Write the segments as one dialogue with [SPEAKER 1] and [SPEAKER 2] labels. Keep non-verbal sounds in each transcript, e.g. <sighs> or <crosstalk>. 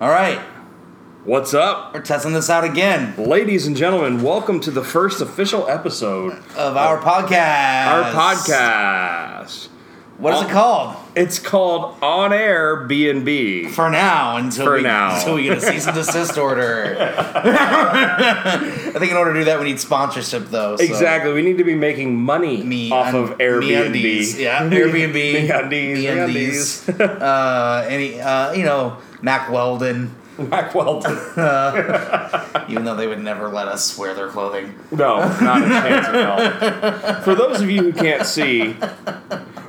[SPEAKER 1] All right,
[SPEAKER 2] What's up?
[SPEAKER 1] we're testing this out again
[SPEAKER 2] Ladies and gentlemen, welcome to the first official episode
[SPEAKER 1] of our podcast.
[SPEAKER 2] our podcast.
[SPEAKER 1] What is it called?
[SPEAKER 2] It's called On Air B&B.
[SPEAKER 1] For now, until
[SPEAKER 2] For
[SPEAKER 1] we,
[SPEAKER 2] now.
[SPEAKER 1] until we get a cease
[SPEAKER 2] <laughs>
[SPEAKER 1] and desist order. <laughs> I think in order to do that, we need sponsorship, though. so-
[SPEAKER 2] Exactly. We need to be making money
[SPEAKER 1] Me
[SPEAKER 2] off
[SPEAKER 1] un-
[SPEAKER 2] of Airbnb. <laughs>
[SPEAKER 1] MeUndies. yeah, Airbnb,
[SPEAKER 2] Me undies. Me
[SPEAKER 1] MeUndies. <laughs> uh, any, uh, you know, Mac Weldon.
[SPEAKER 2] <laughs> Mac Weldon.
[SPEAKER 1] Even though they would never let us wear their clothing.
[SPEAKER 2] No, not a chance at all. For those of you who can't see,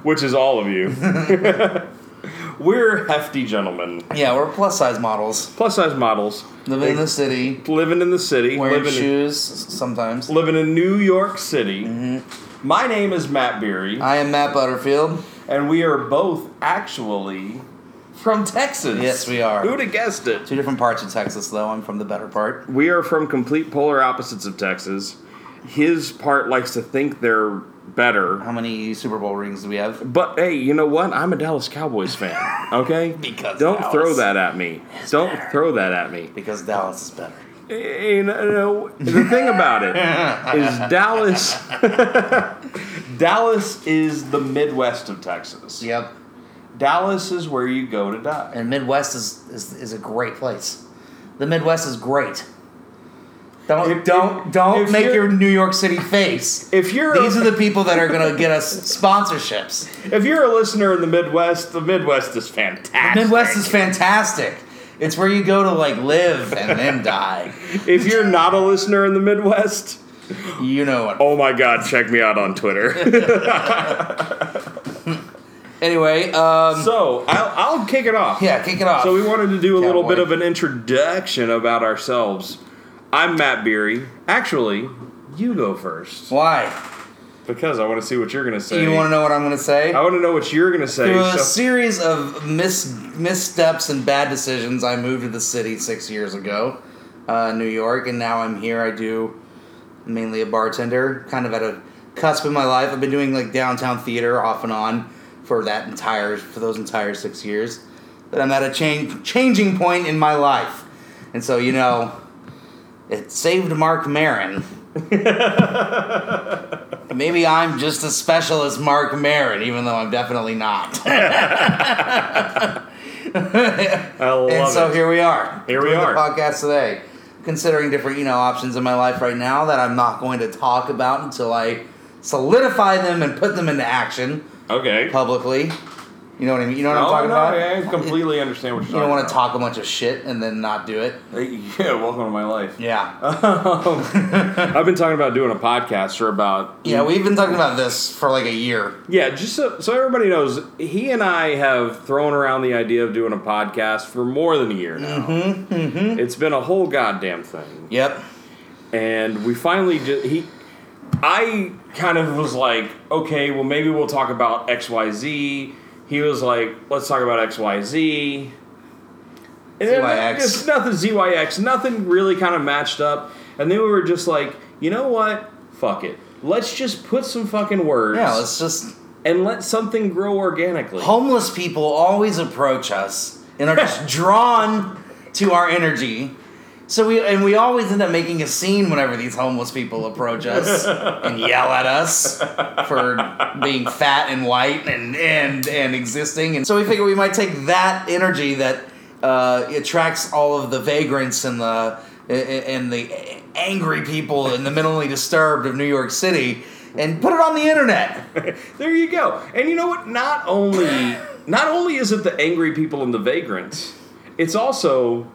[SPEAKER 2] which is all of you, <laughs> we're hefty gentlemen,
[SPEAKER 1] Yeah, we're plus size models.
[SPEAKER 2] plus size models,
[SPEAKER 1] Living in the city,
[SPEAKER 2] living in the city,
[SPEAKER 1] wearing
[SPEAKER 2] living in,
[SPEAKER 1] shoes sometimes.
[SPEAKER 2] living in New York City.
[SPEAKER 1] Mm-hmm.
[SPEAKER 2] My name is Matt Beery,
[SPEAKER 1] I am Matt Butterfield.
[SPEAKER 2] and we are both actually from Texas.
[SPEAKER 1] Yes, we are.
[SPEAKER 2] Who'd have guessed it?
[SPEAKER 1] Two different parts of Texas, though. I'm from the better part.
[SPEAKER 2] We are from complete polar opposites of Texas. His part likes to think they're better.
[SPEAKER 1] How many Super Bowl rings do we have?
[SPEAKER 2] But hey, you know what? I'm a Dallas
[SPEAKER 1] <laughs>
[SPEAKER 2] Cowboys fan. Okay,
[SPEAKER 1] Because
[SPEAKER 2] don't
[SPEAKER 1] Dallas
[SPEAKER 2] throw that at me. Don't throw that at me.
[SPEAKER 1] Because Dallas is better.
[SPEAKER 2] You know, the thing
[SPEAKER 1] <laughs>
[SPEAKER 2] about it is Dallas. <laughs> Dallas is the Midwest of Texas.
[SPEAKER 1] Yep.
[SPEAKER 2] Dallas is where you go to die.
[SPEAKER 1] And Midwest is is, is a great place. The Midwest is great. Don't
[SPEAKER 2] If-
[SPEAKER 1] don't
[SPEAKER 2] if-
[SPEAKER 1] don't
[SPEAKER 2] if
[SPEAKER 1] make
[SPEAKER 2] you're-
[SPEAKER 1] your New York City face.
[SPEAKER 2] <laughs> If you're
[SPEAKER 1] These are the people that are gonna get us sponsorships.
[SPEAKER 2] if you're a listener in the Midwest, the Midwest is fantastic.
[SPEAKER 1] Midwest is fantastic. It's where you go to like live and then <laughs> die.
[SPEAKER 2] If you're not a listener in the Midwest,
[SPEAKER 1] You know what?
[SPEAKER 2] oh my God, check me out
[SPEAKER 1] <laughs>
[SPEAKER 2] on Twitter.
[SPEAKER 1] Anyway, um,
[SPEAKER 2] so I'll, I'll kick it off.
[SPEAKER 1] yeah, kick it off.
[SPEAKER 2] So we wanted to do a little
[SPEAKER 1] Cowboy.
[SPEAKER 2] bit of an introduction about ourselves. I'm Matt Beery. Actually, you go first
[SPEAKER 1] Why?
[SPEAKER 2] because I want to see what you're going to say.
[SPEAKER 1] You want to know what I'm gonna say?
[SPEAKER 2] I want to know what you're going to say.
[SPEAKER 1] Through a
[SPEAKER 2] so-
[SPEAKER 1] series of mis- missteps and bad decisions, I moved to the city six years ago, uh, New York, and now I'm here. I do mainly a bartender, kind of at a cusp in my life. I've been doing like downtown theater off and on for that entire for those entire six years, but I'm at a change changing point in my life, and so you know, it saved Mark Marin. Maybe I'm just as special as Mark Marin, even though I'm definitely not.
[SPEAKER 2] I love
[SPEAKER 1] and so
[SPEAKER 2] it.
[SPEAKER 1] here we are.
[SPEAKER 2] Here we
[SPEAKER 1] doing
[SPEAKER 2] are.
[SPEAKER 1] The podcast today, considering different you know options in my life right now that I'm not going to talk about until I solidify them and put them into action
[SPEAKER 2] okay.
[SPEAKER 1] publicly. You know what I mean? You know what
[SPEAKER 2] No,
[SPEAKER 1] I'm talking
[SPEAKER 2] no,
[SPEAKER 1] about?
[SPEAKER 2] yeah, I completely understand what
[SPEAKER 1] You
[SPEAKER 2] you're
[SPEAKER 1] don't want to
[SPEAKER 2] talking
[SPEAKER 1] talk a bunch of shit and then not do it.
[SPEAKER 2] about. <laughs> Yeah, welcome to my life.
[SPEAKER 1] Yeah.
[SPEAKER 2] I've been talking about doing a podcast for about
[SPEAKER 1] Yeah, we've been talking about this for like a year.
[SPEAKER 2] Yeah, just so, so everybody knows, he and I have thrown around the idea of doing a podcast for more than a year now. Mm-hmm, mm-hmm. It's been a whole goddamn thing.
[SPEAKER 1] Yep.
[SPEAKER 2] and we finally just he i kind of was like okay well maybe we'll talk about xyz he was like let's talk about xyz and then
[SPEAKER 1] ZYX.
[SPEAKER 2] just nothing zyx nothing really kind of matched up and then we were just like you know what fuck it let's just put some fucking words
[SPEAKER 1] Yeah, let's just
[SPEAKER 2] and let something grow organically
[SPEAKER 1] homeless people always approach us and are just drawn to our energy. So we and we always end up making a scene whenever these homeless people approach us and yell at us for being fat and white and and and existing. And so we figure we might take that energy that uh, attracts all of the vagrants and the and the angry people and the mentally disturbed of New York City and put it on the internet.
[SPEAKER 2] <laughs> there you go and you know what not only not only is it the angry people and the vagrants it's also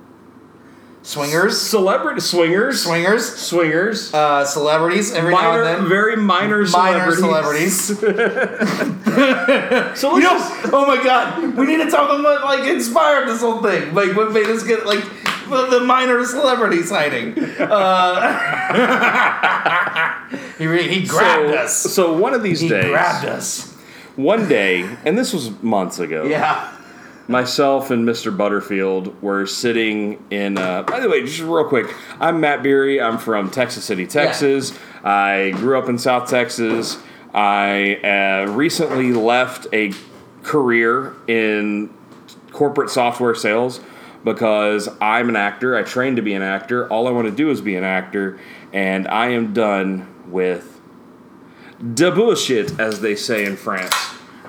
[SPEAKER 1] Swingers,
[SPEAKER 2] celebrity swingers,
[SPEAKER 1] swingers.
[SPEAKER 2] swingers,
[SPEAKER 1] uh, celebrities every
[SPEAKER 2] minor,
[SPEAKER 1] now and then.
[SPEAKER 2] very minor,
[SPEAKER 1] Minor
[SPEAKER 2] celebrities. <laughs> so
[SPEAKER 1] You
[SPEAKER 2] let's
[SPEAKER 1] know,
[SPEAKER 2] just-
[SPEAKER 1] oh my god, we need to talk about what like inspired this whole thing. Like what made us get like the the minor celebrity sighting. Uh, <laughs> he re- he grabbed
[SPEAKER 2] so,
[SPEAKER 1] us.
[SPEAKER 2] so one of these
[SPEAKER 1] He
[SPEAKER 2] days,
[SPEAKER 1] grabbed us.
[SPEAKER 2] one day, and this was months ago.
[SPEAKER 1] Yeah.
[SPEAKER 2] myself and Mr. Butterfield were sitting in. Uh, by the way, just real quick, I'm Matt Beery. I'm from Texas City, Texas. I grew up in South Texas. I uh, recently left a career in corporate software sales. because I'm an actor. I trained to be an actor. All I want to do is be an actor, and I am done with the bullshit, as they say in France.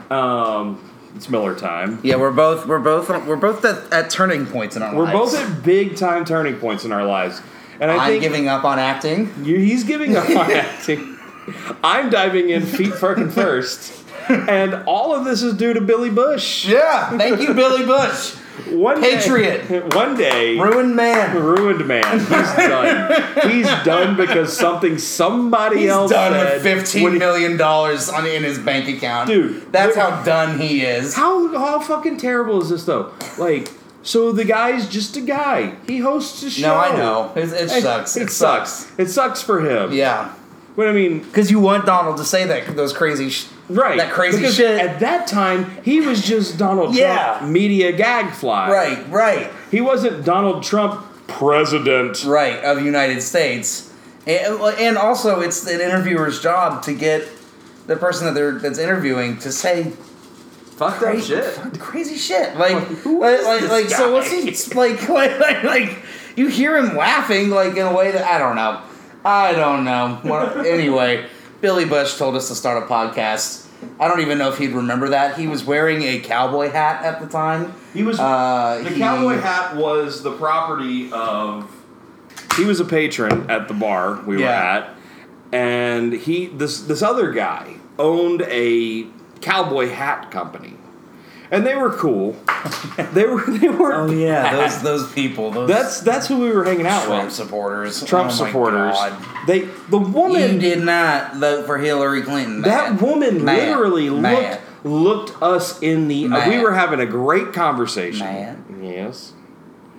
[SPEAKER 2] Um, it's Miller time.
[SPEAKER 1] Yeah, we're both we're both we're both at, at turning points in our
[SPEAKER 2] We're
[SPEAKER 1] lives.
[SPEAKER 2] both at big time turning points in our lives, and I
[SPEAKER 1] I'm
[SPEAKER 2] think
[SPEAKER 1] giving up on acting.
[SPEAKER 2] you- he's giving up on acting. <laughs> I'm diving in feet fucking first, and all of this is due to Billy Bush.
[SPEAKER 1] Yeah, thank you, Billy
[SPEAKER 2] <laughs>
[SPEAKER 1] Bush,
[SPEAKER 2] One day-
[SPEAKER 1] Patriot.
[SPEAKER 2] <laughs> one day,
[SPEAKER 1] ruined man.
[SPEAKER 2] ruined man. He's done. He's done because something somebody
[SPEAKER 1] He's
[SPEAKER 2] else
[SPEAKER 1] done
[SPEAKER 2] said.
[SPEAKER 1] with fifteen
[SPEAKER 2] when he-
[SPEAKER 1] million dollars on in his bank account,
[SPEAKER 2] Dude,
[SPEAKER 1] That's
[SPEAKER 2] there-
[SPEAKER 1] how done he is.
[SPEAKER 2] How how fucking terrible is this though? Like, so the guy's just a guy. He hosts a show.
[SPEAKER 1] No, I know. It, it
[SPEAKER 2] Hey,
[SPEAKER 1] sucks.
[SPEAKER 2] It, sucks. It sucks for him.
[SPEAKER 1] Yeah,
[SPEAKER 2] But I mean,
[SPEAKER 1] because you want Donald to say that those crazy, sh-
[SPEAKER 2] right?
[SPEAKER 1] that crazy
[SPEAKER 2] because
[SPEAKER 1] shit.
[SPEAKER 2] At that time, he was just Donald
[SPEAKER 1] Yeah.
[SPEAKER 2] Trump media gagfly.
[SPEAKER 1] right, right.
[SPEAKER 2] He wasn't Donald Trump president.
[SPEAKER 1] right of the United States, and, and also it's an interviewer's job to get the person that they're that's interviewing to say
[SPEAKER 3] Fucked up shit.
[SPEAKER 1] crazy shit. Like,
[SPEAKER 2] Who
[SPEAKER 1] like,
[SPEAKER 2] is
[SPEAKER 1] like,
[SPEAKER 2] this
[SPEAKER 1] like, so what's
[SPEAKER 2] guy?
[SPEAKER 1] he? It's like, <laughs> like, like, like, you hear him laughing like in a way that I don't know. I don't know. What- anyway, Billy Bush told us to start a podcast. I don't even know if he'd remember that. He was wearing a cowboy hat at the time.
[SPEAKER 2] He was
[SPEAKER 1] Uh,
[SPEAKER 2] the
[SPEAKER 1] he- <laughs>
[SPEAKER 2] cowboy hat was the property of. He was a patron at the bar we were
[SPEAKER 1] Yeah.
[SPEAKER 2] at, and he this this other guy owned a cowboy hat company, and they were
[SPEAKER 1] <laughs>
[SPEAKER 2] cool. they were they were.
[SPEAKER 1] Oh yeah, those those people. Those
[SPEAKER 2] That's that's who we were hanging out
[SPEAKER 1] Trump
[SPEAKER 2] with.
[SPEAKER 1] supporters.
[SPEAKER 2] Trump
[SPEAKER 1] Oh my
[SPEAKER 2] supporters.
[SPEAKER 1] God.
[SPEAKER 2] They the woman
[SPEAKER 1] You did not vote for Hillary Clinton.
[SPEAKER 2] That
[SPEAKER 1] man.
[SPEAKER 2] woman
[SPEAKER 1] Man.
[SPEAKER 2] literally
[SPEAKER 1] Man.
[SPEAKER 2] looked looked us in the. uh, we
[SPEAKER 1] Man.
[SPEAKER 2] were having a great conversation.
[SPEAKER 1] Man.
[SPEAKER 2] Yes,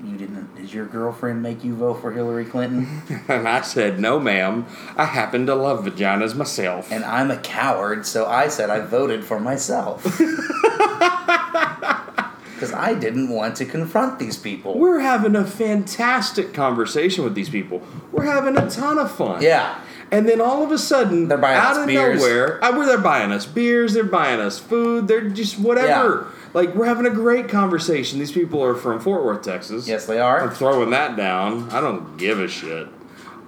[SPEAKER 2] <laughs>
[SPEAKER 1] You didn't. Did your girlfriend make you vote for Hillary Clinton?
[SPEAKER 2] and I said, "No, ma'am. I happen to love vaginas myself."
[SPEAKER 1] and I'm a coward, so I said I voted for
[SPEAKER 2] <laughs>
[SPEAKER 1] myself. Because I didn't want to confront these people.
[SPEAKER 2] we're having a fantastic conversation with these people. We're having a ton of fun.
[SPEAKER 1] yeah.
[SPEAKER 2] And then all of a sudden,
[SPEAKER 1] They're buying
[SPEAKER 2] out
[SPEAKER 1] us
[SPEAKER 2] of
[SPEAKER 1] beers.
[SPEAKER 2] nowhere, I, well, they're buying us beers, they're buying us food, they're just whatever. Like, we're having a great conversation. These people are from Fort Worth, Texas.
[SPEAKER 1] Yes, they
[SPEAKER 2] I'm
[SPEAKER 1] are.
[SPEAKER 2] throwing that down. I don't give a shit.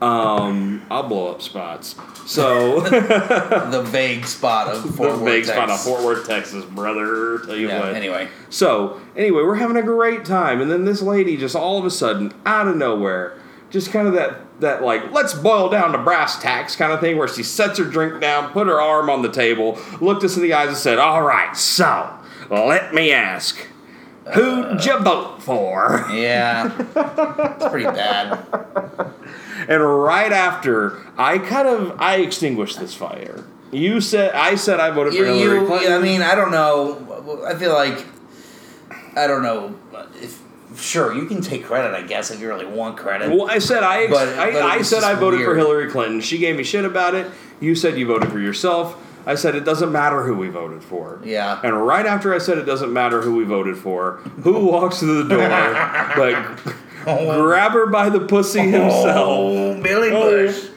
[SPEAKER 2] Um, I'll blow up spots.
[SPEAKER 1] <laughs>
[SPEAKER 2] So <laughs>
[SPEAKER 1] The vague spot of Fort
[SPEAKER 2] the big
[SPEAKER 1] Worth,
[SPEAKER 2] spot of
[SPEAKER 1] Texas.
[SPEAKER 2] Fort Worth, Texas, brother. Tell you
[SPEAKER 1] Yeah,
[SPEAKER 2] what.
[SPEAKER 1] Anyway,
[SPEAKER 2] So anyway, we're having a great time, and then this lady just all of a sudden, out of nowhere, just kind of that that like let's boil down to brass tacks kind of thing, where she sets her drink down, put her arm on the table, looked us in the eyes, and said, "All right, so let me ask,
[SPEAKER 1] Uh,
[SPEAKER 2] who'd you vote for?"
[SPEAKER 1] yeah, it's pretty bad.
[SPEAKER 2] And right after, I kind of I extinguished this fire. You said I said I voted for
[SPEAKER 1] you,
[SPEAKER 2] <laughs> Hillary
[SPEAKER 1] you
[SPEAKER 2] Clinton.
[SPEAKER 1] I mean, I don't know. I feel like I don't know if sure you can take credit. I guess if you really want credit. <laughs>
[SPEAKER 2] well, I said I ex-
[SPEAKER 1] But-
[SPEAKER 2] I,
[SPEAKER 1] but it
[SPEAKER 2] I
[SPEAKER 1] was
[SPEAKER 2] said I
[SPEAKER 1] just
[SPEAKER 2] voted for
[SPEAKER 1] weird.
[SPEAKER 2] Hillary Clinton. She gave me shit about it. You said you voted for yourself. I said it doesn't matter who we voted for.
[SPEAKER 1] Yeah.
[SPEAKER 2] And right after I said it doesn't matter who we voted for, who walks
[SPEAKER 1] <laughs>
[SPEAKER 2] through the door but grabber by the pussy himself,
[SPEAKER 1] Oh, Billy
[SPEAKER 2] Oh,
[SPEAKER 1] Bush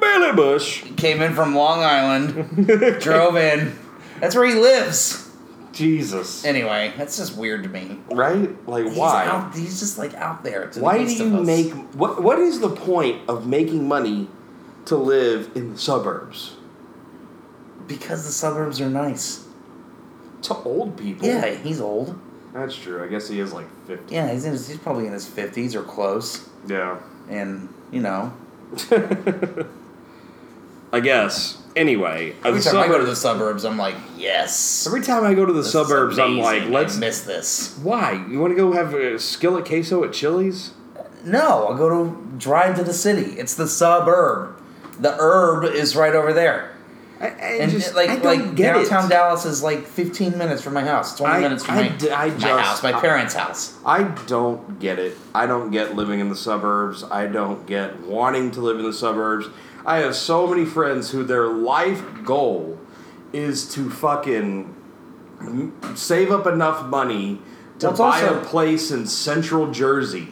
[SPEAKER 2] Billy Bush.
[SPEAKER 1] came in from Long
[SPEAKER 2] <laughs>
[SPEAKER 1] Island, drove in. That's where he lives.
[SPEAKER 2] Jesus,
[SPEAKER 1] Anyway, that's just weird to me.
[SPEAKER 2] right? Like
[SPEAKER 1] He's
[SPEAKER 2] why?
[SPEAKER 1] out- he's just like out there. To the
[SPEAKER 2] Why do
[SPEAKER 1] rest
[SPEAKER 2] you
[SPEAKER 1] of us.
[SPEAKER 2] make what? What is the point of making money to live in the suburbs
[SPEAKER 1] Because the suburbs are nice.
[SPEAKER 2] to old people?
[SPEAKER 1] Yeah, he's old.
[SPEAKER 2] that's true. I guess he is like fifty.
[SPEAKER 1] Yeah, he's in his, he's probably in his fifties or close,
[SPEAKER 2] Yeah.
[SPEAKER 1] and you know.
[SPEAKER 2] I guess. Anyway, uh,
[SPEAKER 1] Every
[SPEAKER 2] the
[SPEAKER 1] time I go to
[SPEAKER 2] suburbs,
[SPEAKER 1] the suburbs, I'm like, yes.
[SPEAKER 2] every time I go to the
[SPEAKER 1] This is
[SPEAKER 2] suburbs, I'm
[SPEAKER 1] amazing.
[SPEAKER 2] like, let's.
[SPEAKER 1] I miss this.
[SPEAKER 2] Why? You want to go have a skillet queso at Chili's?
[SPEAKER 1] No, I'll go to drive to the city. It's the suburb. The herb is right over there.
[SPEAKER 2] I, I
[SPEAKER 1] And
[SPEAKER 2] just
[SPEAKER 1] like
[SPEAKER 2] I don't
[SPEAKER 1] like
[SPEAKER 2] get
[SPEAKER 1] downtown
[SPEAKER 2] it.
[SPEAKER 1] Dallas is like 15 minutes from my house, 20
[SPEAKER 2] I-
[SPEAKER 1] minutes from
[SPEAKER 2] I
[SPEAKER 1] my,
[SPEAKER 2] d- I
[SPEAKER 1] my
[SPEAKER 2] just-
[SPEAKER 1] house, my
[SPEAKER 2] I-
[SPEAKER 1] parents' house.
[SPEAKER 2] I don't get it. I don't get living in the suburbs. I don't get wanting to live in the suburbs. I have so many friends who their life goal is to fucking m- save up enough money to
[SPEAKER 1] Well, it's
[SPEAKER 2] buy
[SPEAKER 1] also-
[SPEAKER 2] a place in central Jersey.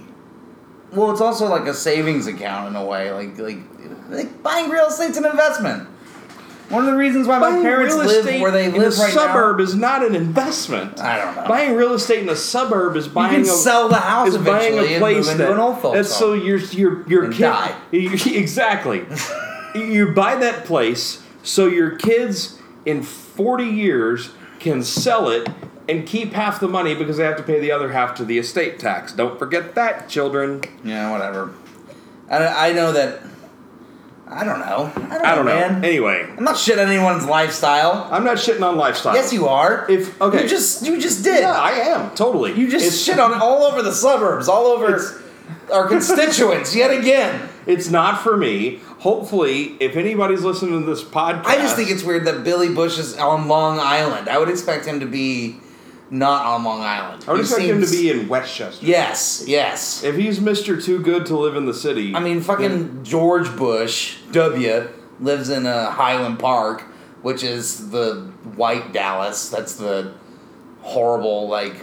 [SPEAKER 1] Well, it's also like a savings account in a way, like like, like buying real estate's an investment. One of the reasons why my
[SPEAKER 2] Buying
[SPEAKER 1] parents
[SPEAKER 2] real
[SPEAKER 1] live
[SPEAKER 2] estate
[SPEAKER 1] where they
[SPEAKER 2] in
[SPEAKER 1] live
[SPEAKER 2] a
[SPEAKER 1] right
[SPEAKER 2] suburb is not an investment.
[SPEAKER 1] I don't know.
[SPEAKER 2] Buying real estate in a suburb is
[SPEAKER 1] now. You
[SPEAKER 2] buying
[SPEAKER 1] can
[SPEAKER 2] a
[SPEAKER 1] sell the house
[SPEAKER 2] is buying
[SPEAKER 1] eventually
[SPEAKER 2] a place
[SPEAKER 1] and move into
[SPEAKER 2] that,
[SPEAKER 1] an old folks
[SPEAKER 2] that's so
[SPEAKER 1] home.
[SPEAKER 2] your your your
[SPEAKER 1] And
[SPEAKER 2] kid
[SPEAKER 1] die.
[SPEAKER 2] <laughs> you-
[SPEAKER 1] <laughs>
[SPEAKER 2] exactly. you buy that place so your kids in 40 years can sell it and keep half the money because they have to pay the other half to the estate tax. Don't forget that, children.
[SPEAKER 1] Yeah, whatever. I, I know that. I don't know. I don't,
[SPEAKER 2] I don't know.
[SPEAKER 1] man.
[SPEAKER 2] Anyway,
[SPEAKER 1] I'm not shitting anyone's lifestyle.
[SPEAKER 2] I'm not shitting on lifestyle.
[SPEAKER 1] Yes, you are.
[SPEAKER 2] If- okay.
[SPEAKER 1] you just you just did.
[SPEAKER 2] Yeah, I am totally.
[SPEAKER 1] you just
[SPEAKER 2] it's,
[SPEAKER 1] shit on all over the suburbs, all over our constituents yet again.
[SPEAKER 2] It's not for me. Hopefully, if anybody's listening to this podcast,
[SPEAKER 1] I just think it's weird that Billy Bush is on Long Island. I would expect him to be not on Long Island.
[SPEAKER 2] I would
[SPEAKER 1] He
[SPEAKER 2] expect him to
[SPEAKER 1] seems-
[SPEAKER 2] be in Westchester.
[SPEAKER 1] Yes, yes.
[SPEAKER 2] If he's Mister Too Good to Live in the City,
[SPEAKER 1] I mean, fucking George Bush W lives in uh, Highland Park, which is the white Dallas. That's the horrible like,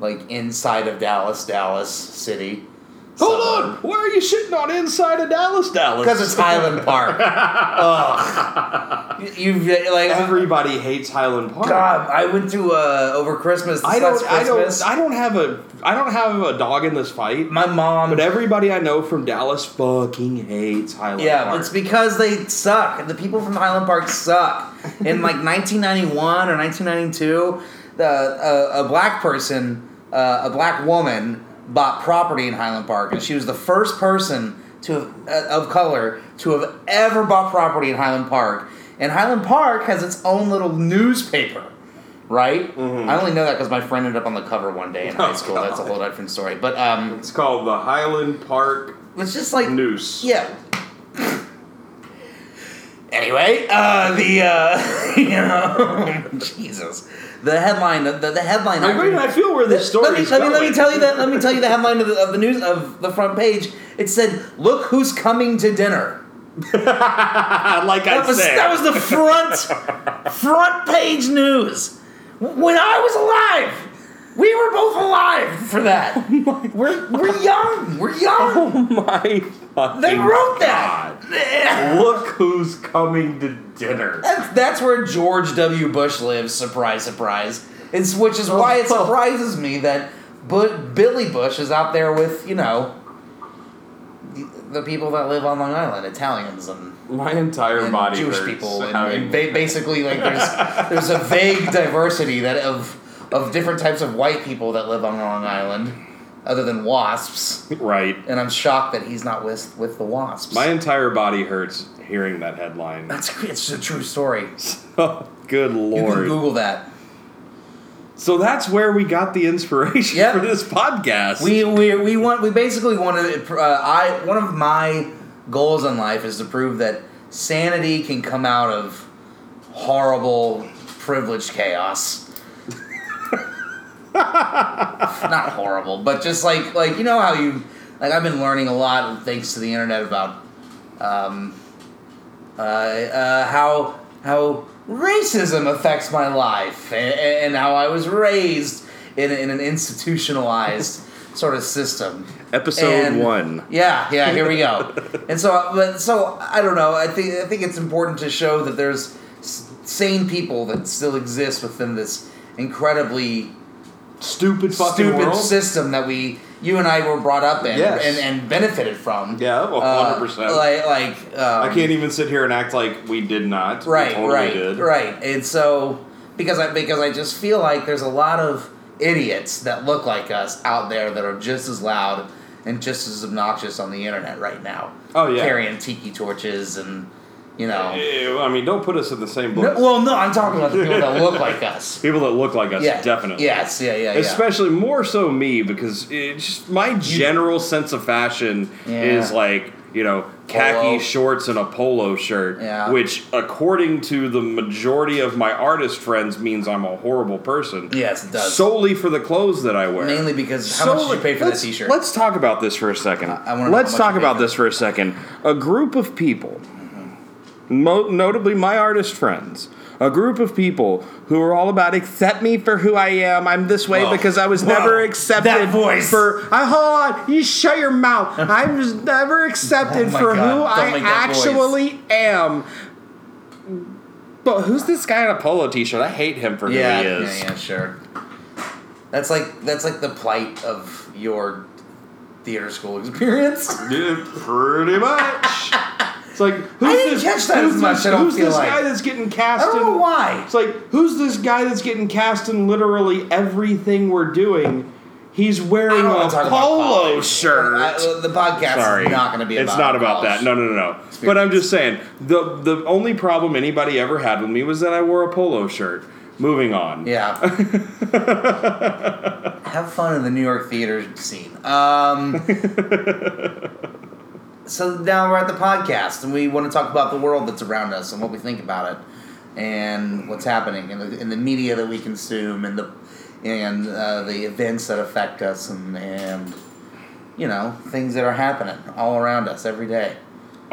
[SPEAKER 1] like inside of Dallas, Dallas city.
[SPEAKER 2] hold on, why are you shitting on inside of Dallas, Dallas?
[SPEAKER 1] because it's Highland Park. Ugh. You- You've like
[SPEAKER 2] <laughs> everybody hates Highland Park.
[SPEAKER 1] God, I went to uh, over Christmas. This
[SPEAKER 2] I don't,
[SPEAKER 1] last
[SPEAKER 2] I
[SPEAKER 1] Christmas.
[SPEAKER 2] don't, I don't have a, I don't have a dog in this fight.
[SPEAKER 1] My mom.
[SPEAKER 2] But everybody I know from Dallas fucking hates Highland
[SPEAKER 1] yeah,
[SPEAKER 2] Park.
[SPEAKER 1] it's because they suck. The people from Highland Park suck. In <laughs> like 1991 or 1992, the uh, a black person, uh, a black woman, bought property in Highland Park, and she was the first person to have, uh, of color to have ever bought property in Highland Park. And Highland Park has its own little newspaper. right? I only know that because my friend ended up on the cover one day in high
[SPEAKER 2] Oh,
[SPEAKER 1] school. That's a
[SPEAKER 2] God.
[SPEAKER 1] whole different story. But um,
[SPEAKER 2] it's called the Highland Park
[SPEAKER 1] it's just like
[SPEAKER 2] Noose.
[SPEAKER 1] yeah. Anyway, uh, the uh, <laughs> you know, <laughs> Jesus, the headline, the, the headline.
[SPEAKER 2] Like,
[SPEAKER 1] I
[SPEAKER 2] wait,
[SPEAKER 1] read-
[SPEAKER 2] I feel where this story
[SPEAKER 1] let me,
[SPEAKER 2] is
[SPEAKER 1] let me,
[SPEAKER 2] going.
[SPEAKER 1] let me tell you that. Let me tell you the headline of the, of the news of the front page. It said, "Look who's coming to dinner."
[SPEAKER 2] <laughs> like I
[SPEAKER 1] That was,
[SPEAKER 2] said,
[SPEAKER 1] that was the
[SPEAKER 2] <laughs>
[SPEAKER 1] front front page news. When I was alive, we were both alive for that. we're we're young. We're young.
[SPEAKER 2] Oh my fucking
[SPEAKER 1] They wrote <laughs>
[SPEAKER 2] God.
[SPEAKER 1] that.
[SPEAKER 2] Look who's coming to dinner.
[SPEAKER 1] That's, that's where George W. Bush lives. Surprise, surprise. It's which is why it surprises me that but Billy Bush is out there with you know the, the people that live on Long Island, Italians and
[SPEAKER 2] My entire
[SPEAKER 1] and
[SPEAKER 2] body
[SPEAKER 1] Jewish
[SPEAKER 2] hurts
[SPEAKER 1] people, and,
[SPEAKER 2] having-
[SPEAKER 1] and ba- basically like
[SPEAKER 2] <laughs>
[SPEAKER 1] there's there's a vague diversity that of of different types of white people that live on Long Island, other than wasps.
[SPEAKER 2] right.
[SPEAKER 1] And I'm shocked that he's not with with the wasps.
[SPEAKER 2] My entire body hurts hearing that headline.
[SPEAKER 1] <laughs> That's it's a true story.
[SPEAKER 2] Good
[SPEAKER 1] You can
[SPEAKER 2] lord.
[SPEAKER 1] Google that.
[SPEAKER 2] so that's where we got the inspiration
[SPEAKER 1] Yep.
[SPEAKER 2] for this podcast.
[SPEAKER 1] We we we want we basically wanted to, uh, I one of my goals in life is to prove that sanity can come out of horrible privileged chaos. Not horrible, but just like like you know how you like I've been learning a lot thanks to the internet about um, uh, uh, how how racism affects my life and, and how I was raised in, in an
[SPEAKER 2] <laughs>
[SPEAKER 1] institutionalized sort of system.
[SPEAKER 2] Episode
[SPEAKER 1] And-
[SPEAKER 2] one.
[SPEAKER 1] Yeah, yeah. Here we
[SPEAKER 2] <laughs>
[SPEAKER 1] go. and so, but so I don't know. I think I think it's important to show that there's s- sane people that still exist within this incredibly
[SPEAKER 2] Stupid fucking
[SPEAKER 1] stupid
[SPEAKER 2] world.
[SPEAKER 1] system that we you and I were brought up in
[SPEAKER 2] Yes.
[SPEAKER 1] and, and benefited from.
[SPEAKER 2] Yeah,
[SPEAKER 1] Uh,
[SPEAKER 2] 100%.
[SPEAKER 1] Like like um,
[SPEAKER 2] I can't even sit here and act like we did not.
[SPEAKER 1] Right,
[SPEAKER 2] we totally
[SPEAKER 1] right,
[SPEAKER 2] did.
[SPEAKER 1] right. And so because I because I just feel like there's a lot of idiots that look like us out there that are just as loud and just as obnoxious on the internet right now.
[SPEAKER 2] Oh, yeah.
[SPEAKER 1] carrying tiki torches and you know.
[SPEAKER 2] Eh, I mean, don't put us in the same book.
[SPEAKER 1] No, well, no, I'm talking about the people that look
[SPEAKER 2] <laughs>
[SPEAKER 1] like us.
[SPEAKER 2] People that look like us,
[SPEAKER 1] Yeah,
[SPEAKER 2] definitely.
[SPEAKER 1] Yes, yeah, yeah, yeah.
[SPEAKER 2] Especially more so me because it's just my general sense of fashion
[SPEAKER 1] Yeah.
[SPEAKER 2] is like you know khaki
[SPEAKER 1] Polo.
[SPEAKER 2] shorts and a polo shirt,
[SPEAKER 1] Yeah.
[SPEAKER 2] which according to the majority of my artist friends means I'm a horrible person.
[SPEAKER 1] yes, it does.
[SPEAKER 2] solely for the clothes that I wear.
[SPEAKER 1] Mainly because how much did you pay for the
[SPEAKER 2] let's-
[SPEAKER 1] t-shirt?
[SPEAKER 2] Let's talk about this for a second.
[SPEAKER 1] I wanna know
[SPEAKER 2] let's
[SPEAKER 1] how much
[SPEAKER 2] talk
[SPEAKER 1] you
[SPEAKER 2] about
[SPEAKER 1] paid for
[SPEAKER 2] this for a second. A group of people, mo- notably my artist friends, a group of people who are all about accept me for who I am. I'm this way
[SPEAKER 1] Whoa.
[SPEAKER 2] because I was
[SPEAKER 1] Whoa.
[SPEAKER 2] never accepted
[SPEAKER 1] That voice.
[SPEAKER 2] for. I hold on, you shut
[SPEAKER 1] <laughs>
[SPEAKER 2] your mouth. I'm just never accepted
[SPEAKER 1] Oh my
[SPEAKER 2] for
[SPEAKER 1] God,
[SPEAKER 2] who
[SPEAKER 1] don't
[SPEAKER 2] I
[SPEAKER 1] make that voice.
[SPEAKER 2] actually am. But who's this guy in a polo t-shirt? I hate him for
[SPEAKER 1] yeah,
[SPEAKER 2] who he is.
[SPEAKER 1] yeah, yeah, sure. That's like that's like the plight of your theater school experience.
[SPEAKER 2] Dude, pretty much.
[SPEAKER 1] <laughs>
[SPEAKER 2] It's like who's
[SPEAKER 1] didn't
[SPEAKER 2] this,
[SPEAKER 1] catch that
[SPEAKER 2] who's
[SPEAKER 1] as much,
[SPEAKER 2] This,
[SPEAKER 1] I don't
[SPEAKER 2] who's
[SPEAKER 1] feel
[SPEAKER 2] this
[SPEAKER 1] like.
[SPEAKER 2] guy that's getting cast?
[SPEAKER 1] I don't
[SPEAKER 2] in,
[SPEAKER 1] know why.
[SPEAKER 2] It's like who's this guy that's getting cast in literally everything we're doing? He's wearing
[SPEAKER 1] wanna
[SPEAKER 2] a
[SPEAKER 1] talk about
[SPEAKER 2] polo
[SPEAKER 1] politics.
[SPEAKER 2] shirt.
[SPEAKER 1] I- uh, the podcast
[SPEAKER 2] Sorry,
[SPEAKER 1] is not going to be.
[SPEAKER 2] It's not about
[SPEAKER 1] college.
[SPEAKER 2] that. No, no, no, no. But I'm just saying the the only problem anybody ever had with me was that I wore a polo shirt. Moving on. <laughs>
[SPEAKER 1] Yeah. Have fun in the New York theater scene.
[SPEAKER 2] <laughs>
[SPEAKER 1] Um, so now we're at the podcast, and we want to talk about the world that's around us and what we think about it, and what's happening, and the, and the media that we consume, and the and uh, the events that affect us, and and you know things that are happening all around us every day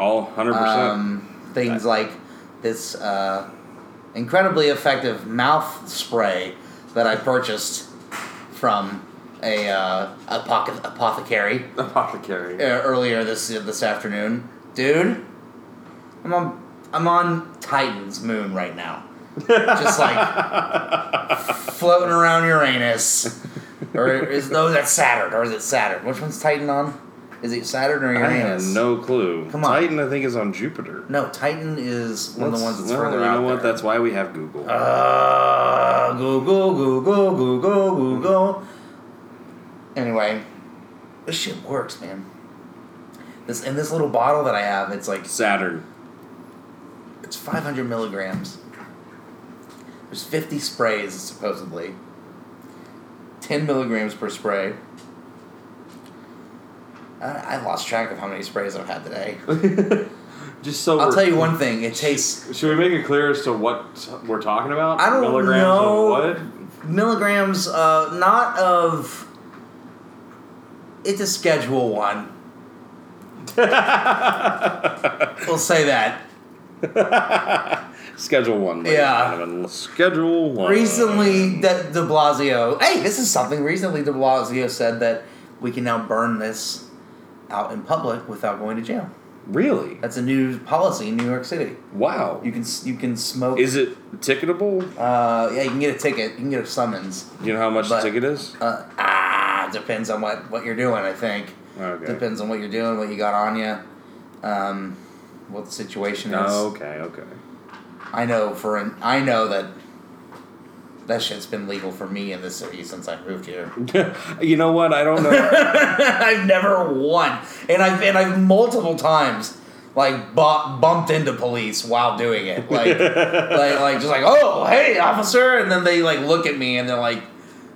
[SPEAKER 2] All hundred
[SPEAKER 1] um, things like this uh, incredibly effective mouth spray that I purchased from a uh, apothe- apothecary uh,
[SPEAKER 3] Apothecary.
[SPEAKER 1] earlier this this afternoon, dude. I'm on I'm on Titan's moon right now, just like
[SPEAKER 2] <laughs>
[SPEAKER 1] floating around Uranus, or is no that's Saturn, or is it Saturn? Which one's Titan on? Is it Saturn or
[SPEAKER 2] percent. I
[SPEAKER 1] Uranus?
[SPEAKER 2] have no clue.
[SPEAKER 1] Come on.
[SPEAKER 2] Titan, I think, is on Jupiter.
[SPEAKER 1] No, Titan is one of the
[SPEAKER 2] That's-
[SPEAKER 1] ones that's
[SPEAKER 2] well,
[SPEAKER 1] further
[SPEAKER 2] you know
[SPEAKER 1] out
[SPEAKER 2] what?
[SPEAKER 1] there.
[SPEAKER 2] That's why we have Google.
[SPEAKER 1] Uh, Google, Google, Google, Google. Anyway, this shit works, man. This and this little bottle that I have, it's like
[SPEAKER 2] Saturn.
[SPEAKER 1] it's 500 milligrams. There's 50 sprays supposedly. 10 milligrams per spray. I, I lost track of how many sprays I've had today.
[SPEAKER 2] <laughs> Just so
[SPEAKER 1] I'll
[SPEAKER 2] we're-
[SPEAKER 1] tell you one thing: it tastes
[SPEAKER 2] Should we make it clear as to what we're talking about?
[SPEAKER 1] I don't
[SPEAKER 2] Milligrams
[SPEAKER 1] know.
[SPEAKER 2] Of what?
[SPEAKER 1] milligrams, uh, not of. It's a Schedule One. we'll say that.
[SPEAKER 2] <laughs> Schedule one. ladies
[SPEAKER 1] Yeah.
[SPEAKER 2] and gentlemen. Schedule one.
[SPEAKER 1] Recently, that De Blasio. Hey, this is something. Recently, De Blasio said that we can now burn this out in public without going to jail.
[SPEAKER 2] Really?
[SPEAKER 1] That's a new policy in New York City.
[SPEAKER 2] Wow.
[SPEAKER 1] You can s- you can smoke.
[SPEAKER 2] Is it ticketable?
[SPEAKER 1] uh, yeah, you can get a ticket. You can get a summons.
[SPEAKER 2] You know how much
[SPEAKER 1] But-
[SPEAKER 2] the ticket is?
[SPEAKER 1] Uh, ah, depends on what, what you're doing, I think.
[SPEAKER 2] Okay.
[SPEAKER 1] Depends on what you're doing, what you got on you, um, what the situation is.
[SPEAKER 2] okay, okay.
[SPEAKER 1] I know for an, I know that that shit's been legal for me in this city since I moved here. <laughs>
[SPEAKER 2] <laughs> you know what? I don't know.
[SPEAKER 1] I've never won, and I've and I've multiple times like bu- bumped into police while doing
[SPEAKER 2] <laughs>
[SPEAKER 1] it, like like like just like oh hey officer, and then they like look at me and they're like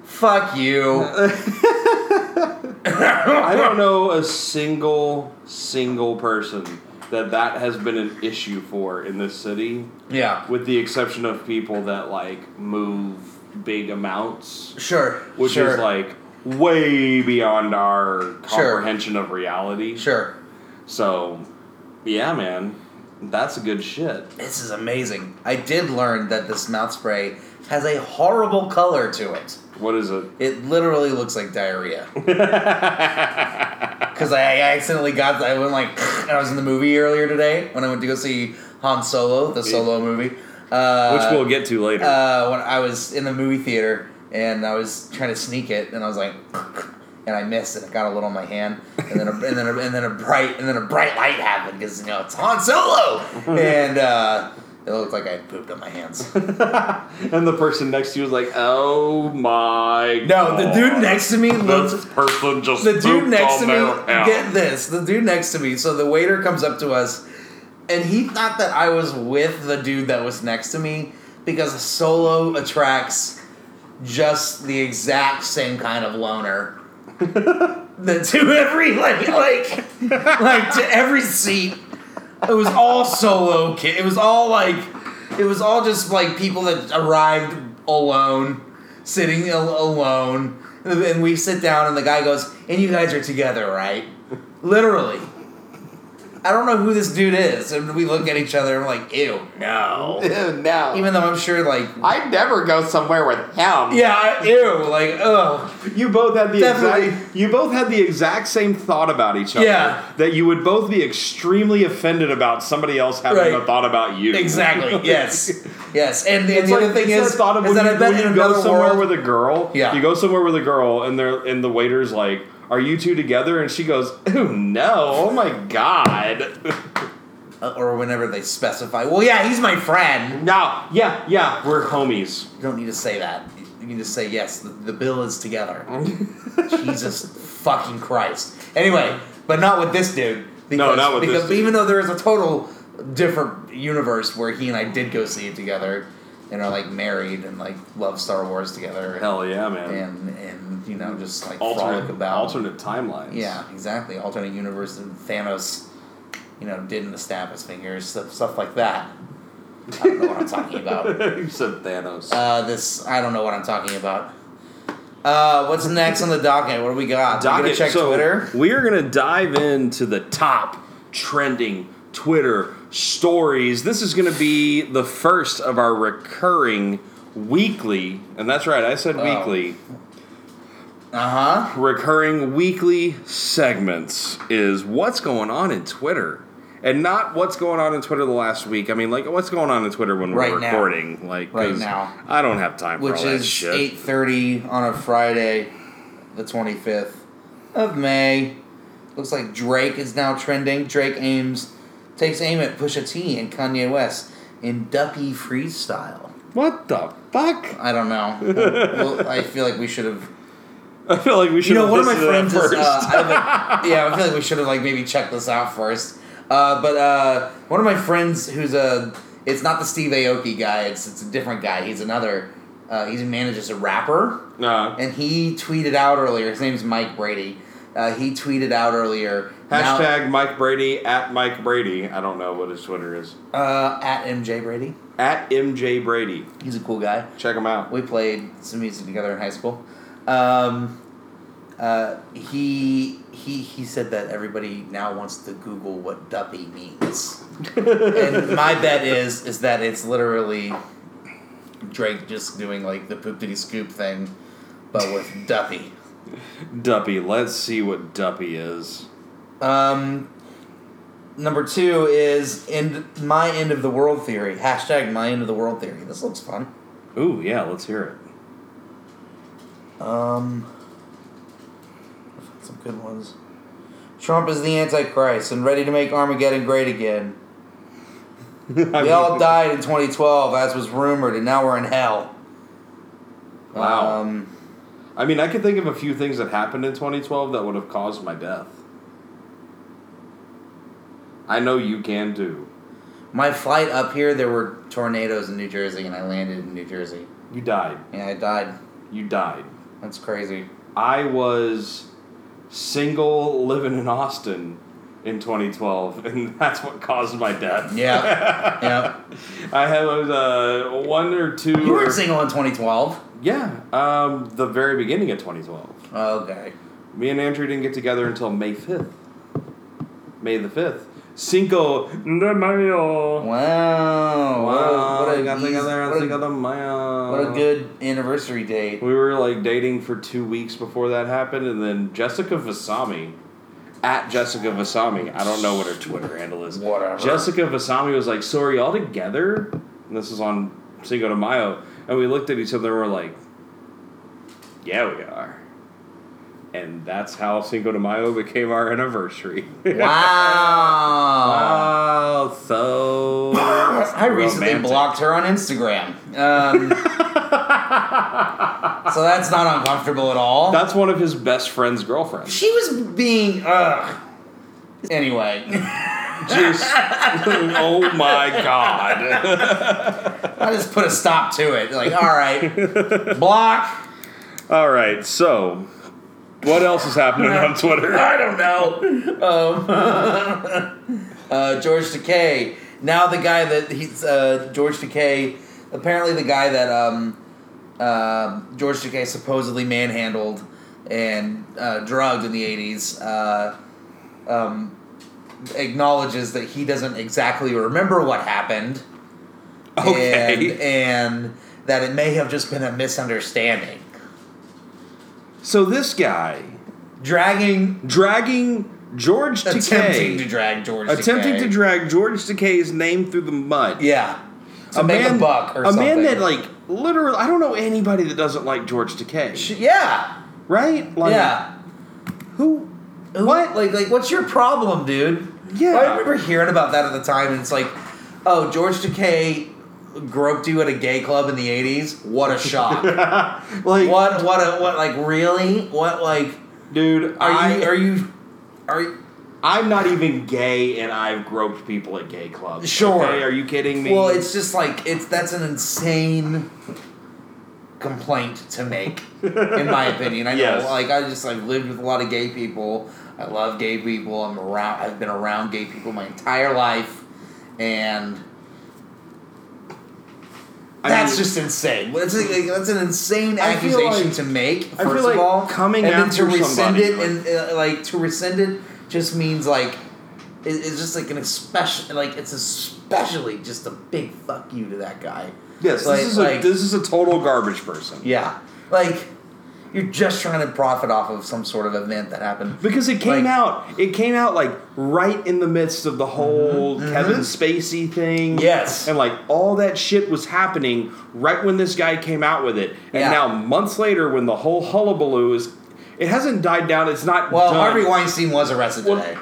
[SPEAKER 1] fuck you.
[SPEAKER 2] <laughs> I don't know a single single person that that has been an issue for in this city,
[SPEAKER 1] Yeah,
[SPEAKER 2] with the exception of people that like move big amounts,
[SPEAKER 1] sure.
[SPEAKER 2] which
[SPEAKER 1] sure.
[SPEAKER 2] is like way beyond our
[SPEAKER 1] Sure.
[SPEAKER 2] comprehension of reality.
[SPEAKER 1] sure.
[SPEAKER 2] So, yeah, man, that's good shit.
[SPEAKER 1] This is amazing. I did learn that this mouth spray has a horrible color to it.
[SPEAKER 2] What is it? <laughs>
[SPEAKER 1] It literally looks like diarrhea. Uh, Because I I accidentally got, I went like, <sniffs> and I was in the movie earlier today when I went to go see Han Solo, the Solo movie. Uh,
[SPEAKER 2] Which we'll get to later.
[SPEAKER 1] uh, when I was in the movie theater and I was trying to sneak it, and I was like, <sniffs> and I missed it. It got a little on my hand, and then a, and then a, and then a bright and then a bright light happened because you know it's Han Solo, <laughs> and uh, it looked like I had pooped on my hands.
[SPEAKER 2] <laughs> and the person next to you is like, "Oh my."
[SPEAKER 1] No, the dude
[SPEAKER 2] God.
[SPEAKER 1] next to me looked
[SPEAKER 2] This person just
[SPEAKER 1] the dude
[SPEAKER 2] pooped
[SPEAKER 1] next
[SPEAKER 2] on
[SPEAKER 1] to me
[SPEAKER 2] their hand.
[SPEAKER 1] get this the dude next to me so the waiter comes up to us and he thought that i was with the dude that was next to me because solo attracts just the exact same kind of loner that to every like like like to every seat it was all solo kid it was all like it was all just like people that arrived alone sitting al- alone and we sit down and the guy goes and you guys are together right literally i don't know who this dude is and we look at each other and we're like ew no
[SPEAKER 3] <laughs> no.
[SPEAKER 1] even though i'm sure like
[SPEAKER 3] I'd never go somewhere with him.
[SPEAKER 1] yeah I- ew like ugh
[SPEAKER 2] You both had the
[SPEAKER 1] Definitely.
[SPEAKER 2] exact. You both had the exact same thought about each other.
[SPEAKER 1] Yeah.
[SPEAKER 2] That you would both be extremely offended about somebody else having
[SPEAKER 1] Right.
[SPEAKER 2] <laughs> a thought about you.
[SPEAKER 1] exactly yes Yes, and, and
[SPEAKER 2] It's
[SPEAKER 1] the
[SPEAKER 2] like-
[SPEAKER 1] other thing
[SPEAKER 2] it's
[SPEAKER 1] is,
[SPEAKER 2] that thought of
[SPEAKER 1] is
[SPEAKER 2] when
[SPEAKER 1] that
[SPEAKER 2] you,
[SPEAKER 1] I've been
[SPEAKER 2] when
[SPEAKER 1] in
[SPEAKER 2] you go
[SPEAKER 1] another
[SPEAKER 2] somewhere
[SPEAKER 1] world.
[SPEAKER 2] with a girl.
[SPEAKER 1] Yeah.
[SPEAKER 2] You go somewhere with a girl, and they're and the waiter's like, "Are you two together?" And she goes, "Oh no! Oh my god!" <laughs>
[SPEAKER 1] Uh, or whenever they specify. Well, yeah, he's my friend.
[SPEAKER 2] no, yeah, yeah, we're homies.
[SPEAKER 1] You don't need to say that. You can just say yes. The, the bill is
[SPEAKER 2] <laughs>
[SPEAKER 1] together. Jesus fucking Christ. Anyway, but not with this dude. Because,
[SPEAKER 2] No, not with this
[SPEAKER 1] because
[SPEAKER 2] dude.
[SPEAKER 1] Even though there is a total different universe where he and I did go see it together, and are like married and like love Star Wars together.
[SPEAKER 2] Hell yeah, man!
[SPEAKER 1] and and you know just like frolic
[SPEAKER 2] alternate
[SPEAKER 1] about
[SPEAKER 2] alternate timelines.
[SPEAKER 1] yeah exactly alternate universe and Thanos you know didn't snap his fingers stuff, stuff like that I don't know what I'm talking
[SPEAKER 2] <laughs>
[SPEAKER 1] about
[SPEAKER 2] <laughs> you said Thanos.
[SPEAKER 1] uh, this I don't know what I'm talking about uh, what's next on the docket what do we got We gonna
[SPEAKER 2] Docket.
[SPEAKER 1] check
[SPEAKER 2] so
[SPEAKER 1] Twitter
[SPEAKER 2] We are going to dive into the top trending Twitter stories. This is going to be the first of our recurring weekly, and that's right, I said
[SPEAKER 1] Oh.
[SPEAKER 2] weekly.
[SPEAKER 1] uh huh
[SPEAKER 2] Recurring weekly segments is what's going on in Twitter. And not what's going on in Twitter the last week. I mean, like what's going on in Twitter when we're
[SPEAKER 1] Right now.
[SPEAKER 2] recording. Like 'cause
[SPEAKER 1] Right now.
[SPEAKER 2] I don't have time for
[SPEAKER 1] which
[SPEAKER 2] all that
[SPEAKER 1] is
[SPEAKER 2] shit.
[SPEAKER 1] 8:30 on a Friday the 25th of May looks like Drake is now trending Drake aims takes aim at Pusha T and Kanye West in Duppy freestyle
[SPEAKER 2] What the fuck?
[SPEAKER 1] I don't
[SPEAKER 2] <laughs>
[SPEAKER 1] know. well, I feel like we should have.
[SPEAKER 2] I feel like we should.
[SPEAKER 1] You know, one of my
[SPEAKER 2] listened to that
[SPEAKER 1] friends is.
[SPEAKER 2] first.
[SPEAKER 1] Uh, I
[SPEAKER 2] <laughs>
[SPEAKER 1] have a- yeah, I feel like we should have like maybe checked this out first. Uh, but uh, one of my friends who's a. It's not the Steve Aoki guy. It's it's a different guy. He's another. Uh, he manages a rapper.
[SPEAKER 2] Nah.
[SPEAKER 1] And he tweeted out earlier. His name's Mike Brady. Uh, he tweeted out earlier. now-
[SPEAKER 2] Hashtag Mike Brady at Mike Brady. I don't know what his Twitter is.
[SPEAKER 1] uh, at MJ Brady.
[SPEAKER 2] At MJ Brady.
[SPEAKER 1] He's a cool guy.
[SPEAKER 2] Check him out.
[SPEAKER 1] We played some music together in high school. Um, uh, he he he said that everybody now wants to Google what duppy means, and my bet is is that it's literally Drake just doing like the poop diddy scoop thing, but with duppy.
[SPEAKER 2] Duppy. Let's see what Duppy is.
[SPEAKER 1] Um, number two is in my end of the world theory hashtag my end of the world theory. This looks fun.
[SPEAKER 2] Ooh, yeah, let's hear it. <laughs>
[SPEAKER 1] Um, some good ones. Trump is the Antichrist and ready to make Armageddon great again. We all died in 2012, as was rumored, and now we're in hell.
[SPEAKER 2] Wow.
[SPEAKER 1] Um,
[SPEAKER 2] I mean, I could think of a few things that happened in 2012 that would have caused my death. I know you can too.
[SPEAKER 1] my flight up here, there were tornadoes in New Jersey, and I landed in New Jersey.
[SPEAKER 2] You died.
[SPEAKER 1] Yeah, I died.
[SPEAKER 2] You died.
[SPEAKER 1] That's crazy.
[SPEAKER 2] I was single living in Austin in 2012, <laughs> and that's what caused my death. <laughs>
[SPEAKER 1] Yeah. yeah.
[SPEAKER 2] I had uh, one or two.
[SPEAKER 1] You
[SPEAKER 2] or-
[SPEAKER 1] weren't single in 2012.
[SPEAKER 2] Yeah, um, the very beginning of 2012.
[SPEAKER 1] Okay.
[SPEAKER 2] Me and Andrew didn't get together until May 5th. May the 5th. Cinco de Mayo. Um,
[SPEAKER 1] Wow.
[SPEAKER 2] Wow,
[SPEAKER 1] What a,
[SPEAKER 2] we got
[SPEAKER 1] what a,
[SPEAKER 2] together on
[SPEAKER 1] what a-
[SPEAKER 2] Cinco de Mayo.
[SPEAKER 1] what a good anniversary date.
[SPEAKER 2] We were like dating for two weeks before that happened, and then Jessica Vasami, at Jessica Vasami, I don't know what her Twitter handle is.
[SPEAKER 1] Whatever.
[SPEAKER 2] Jessica Vasami was like, "So are y'all together?" And this is on Cinco de Mayo, and we looked at each other and we're like, "Yeah, we are." And that's how Cinco de Mayo became our anniversary.
[SPEAKER 1] Wow.
[SPEAKER 2] <laughs> wow, so
[SPEAKER 1] <coughs> I recently
[SPEAKER 2] romantic.
[SPEAKER 1] blocked her on Instagram. Um, so that's not uncomfortable at all.
[SPEAKER 2] That's one of his best friend's girlfriends.
[SPEAKER 1] she was being. Ugh. Anyway,
[SPEAKER 2] Just, <laughs> oh my god.
[SPEAKER 1] I just put a stop to it. Like, all right, block.
[SPEAKER 2] All right, so what else is happening on
[SPEAKER 1] <laughs>
[SPEAKER 2] Twitter?
[SPEAKER 1] I don't know. Um, <laughs> uh, George Takei. Now the guy that he's uh, George Takei. Apparently the guy that um, uh, George Takei supposedly manhandled and uh, drugged in the eighties. Uh, um, acknowledges that he doesn't exactly remember what happened.
[SPEAKER 2] Okay.
[SPEAKER 1] And, and that it may have just been a misunderstanding.
[SPEAKER 2] So this guy
[SPEAKER 1] Dragging,
[SPEAKER 2] dragging George
[SPEAKER 1] attempting to
[SPEAKER 2] Takei,
[SPEAKER 1] drag George.
[SPEAKER 2] attempting
[SPEAKER 1] Takei.
[SPEAKER 2] to drag George Takei's name through the mud.
[SPEAKER 1] Yeah. to make a buck or
[SPEAKER 2] a
[SPEAKER 1] something.
[SPEAKER 2] man that like literally, I don't know anybody that doesn't like George Takei,
[SPEAKER 1] Sh- yeah,
[SPEAKER 2] right? Like,
[SPEAKER 1] yeah.
[SPEAKER 2] Who?
[SPEAKER 1] Who-
[SPEAKER 2] What?
[SPEAKER 1] Like, like, what's your problem, dude?
[SPEAKER 2] Yeah.
[SPEAKER 1] I
[SPEAKER 2] <laughs>
[SPEAKER 1] remember hearing about that at the time, and it's like, oh, George Takei groped you at a gay club in the '80s. What a shock!
[SPEAKER 2] <laughs> Like,
[SPEAKER 1] what? What? A, what? Like, really? What? Like,
[SPEAKER 2] dude?
[SPEAKER 1] are
[SPEAKER 2] I,
[SPEAKER 1] you? Are you? Are you?
[SPEAKER 2] I'm not even gay, and I've groped people at gay clubs.
[SPEAKER 1] Sure.
[SPEAKER 2] Okay, are you kidding me?
[SPEAKER 1] Well, it's just like it's that's an insane complaint to make, in
[SPEAKER 2] <laughs>
[SPEAKER 1] my opinion. I know,
[SPEAKER 2] Yes.
[SPEAKER 1] like I just I've lived with a lot of gay people. I love gay people. I'm around. I've been around gay people my entire life, and
[SPEAKER 2] I
[SPEAKER 1] that's
[SPEAKER 2] mean-
[SPEAKER 1] just insane. Well, That's, like, that's an insane
[SPEAKER 2] I feel
[SPEAKER 1] accusation
[SPEAKER 2] like-
[SPEAKER 1] to make. First
[SPEAKER 2] I feel
[SPEAKER 1] of
[SPEAKER 2] like
[SPEAKER 1] all,
[SPEAKER 2] coming
[SPEAKER 1] and then to
[SPEAKER 2] after
[SPEAKER 1] rescind
[SPEAKER 2] somebody,
[SPEAKER 1] it and uh, like to rescind it just means like it- it's just like an especially like it's especially just a big fuck you to that guy.
[SPEAKER 2] Yes,
[SPEAKER 1] Like-
[SPEAKER 2] this is
[SPEAKER 1] like-
[SPEAKER 2] a this is a total garbage person.
[SPEAKER 1] yeah, like you're just trying to profit off of some sort of event that happened.
[SPEAKER 2] Because it came
[SPEAKER 1] Like-
[SPEAKER 2] out, it came out like right in the midst of the whole Kevin Spacey thing.
[SPEAKER 1] Mm-hmm. Yes.
[SPEAKER 2] and like all that shit was happening right when this guy came out with it, and
[SPEAKER 1] Yeah.
[SPEAKER 2] now months later, when the whole hullabaloo is, it hasn't died down. It's not
[SPEAKER 1] Well,
[SPEAKER 2] done.
[SPEAKER 1] Harvey Weinstein was arrested
[SPEAKER 2] Well,
[SPEAKER 1] today.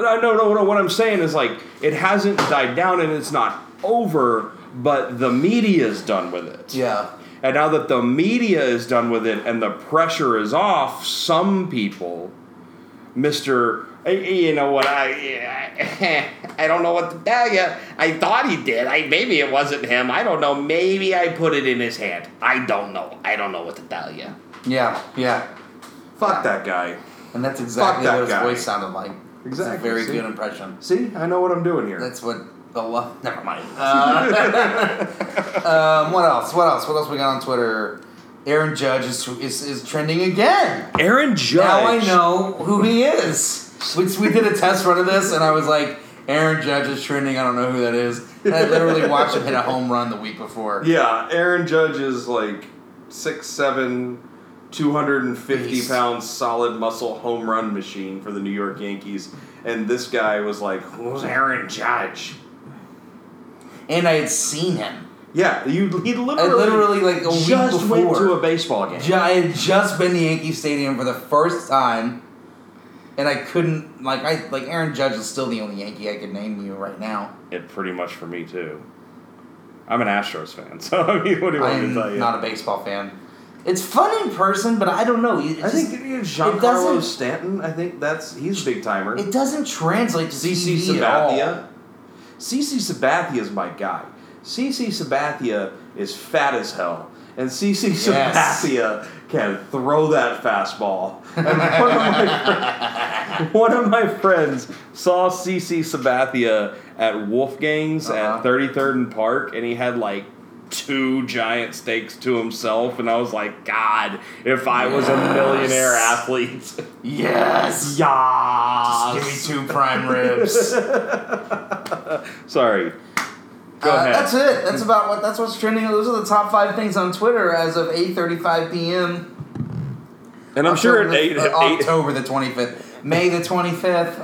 [SPEAKER 2] No, no, no, no. What I'm saying is like it hasn't died down and it's not over, but the media's done with it.
[SPEAKER 1] Yeah,
[SPEAKER 2] And now that the media is done with it and the pressure is off, some people, Mister, you know what I.
[SPEAKER 3] I <laughs> I don't know what to tell you. I thought he did. I maybe it wasn't him. I don't know. Maybe I put it in his hand. I don't know. I don't know what to tell you.
[SPEAKER 1] yeah, yeah.
[SPEAKER 2] Fuck that guy.
[SPEAKER 1] And that's exactly
[SPEAKER 2] that
[SPEAKER 1] what his
[SPEAKER 2] guy.
[SPEAKER 1] voice sounded like. It's a
[SPEAKER 2] Exactly,
[SPEAKER 1] very
[SPEAKER 2] see?
[SPEAKER 1] good impression.
[SPEAKER 2] See, I know what I'm doing here.
[SPEAKER 1] That's what the love. Never mind. Uh, um, what else? What else? What else we got on Twitter? Aaron Judge is is, is trending again.
[SPEAKER 2] Aaron Judge.
[SPEAKER 1] Now I know who he is. We, we did a test run of this, and I was like, Aaron Judge is trending. I don't know who that is. And I literally
[SPEAKER 2] <laughs>
[SPEAKER 1] watched him hit a home run the week before.
[SPEAKER 2] Yeah, Aaron Judge is like six seven, two hundred and fifty
[SPEAKER 1] Beast.
[SPEAKER 2] pound solid muscle home run machine for the New York Yankees, and this guy was like, "Who's Aaron Judge?"
[SPEAKER 1] And I had seen him.
[SPEAKER 2] Yeah, you he literally,
[SPEAKER 1] I literally like a week
[SPEAKER 2] just
[SPEAKER 1] before.
[SPEAKER 2] went to a baseball game.
[SPEAKER 1] Ju- I had just been to Yankee Stadium for the first time, and I couldn't like I like Aaron Judge is still the only Yankee I could name you right now.
[SPEAKER 2] It pretty much for me too. I'm an Astros fan, <laughs> so I mean, what do you want me
[SPEAKER 1] I'm
[SPEAKER 2] to tell you?
[SPEAKER 1] not a baseball fan. It's fun in person, but I don't know. It,
[SPEAKER 2] I
[SPEAKER 1] just-
[SPEAKER 2] think Giancarlo
[SPEAKER 1] doesn't-
[SPEAKER 2] Stanton. I think that's he's a big timer.
[SPEAKER 1] it doesn't translate to
[SPEAKER 2] CC
[SPEAKER 1] TV at all.
[SPEAKER 2] Sabathia. CC Sabathia is my guy. CC Sabathia is fat as hell. And CC
[SPEAKER 1] Yes.
[SPEAKER 2] Sabathia can throw that fastball. And one, of my friends, one of my friends saw CC Sabathia at Wolfgang's
[SPEAKER 1] Uh-huh.
[SPEAKER 2] at 33rd and Park, and he had like two giant stakes to himself. And I was like, God, if I was a millionaire
[SPEAKER 1] Yes.
[SPEAKER 2] athlete.
[SPEAKER 1] Yes.
[SPEAKER 2] Yeah.
[SPEAKER 1] Give me two prime <laughs> ribs.
[SPEAKER 2] Sorry. Go
[SPEAKER 1] Uh,
[SPEAKER 2] ahead.
[SPEAKER 1] That's it. That's about what. That's what's trending. Those are the top five things on Twitter as of eight thirty-five p.m.
[SPEAKER 2] And I'm sure at
[SPEAKER 1] October
[SPEAKER 2] eight,
[SPEAKER 1] the- uh,
[SPEAKER 2] eight
[SPEAKER 1] October the 25th. May the 25th.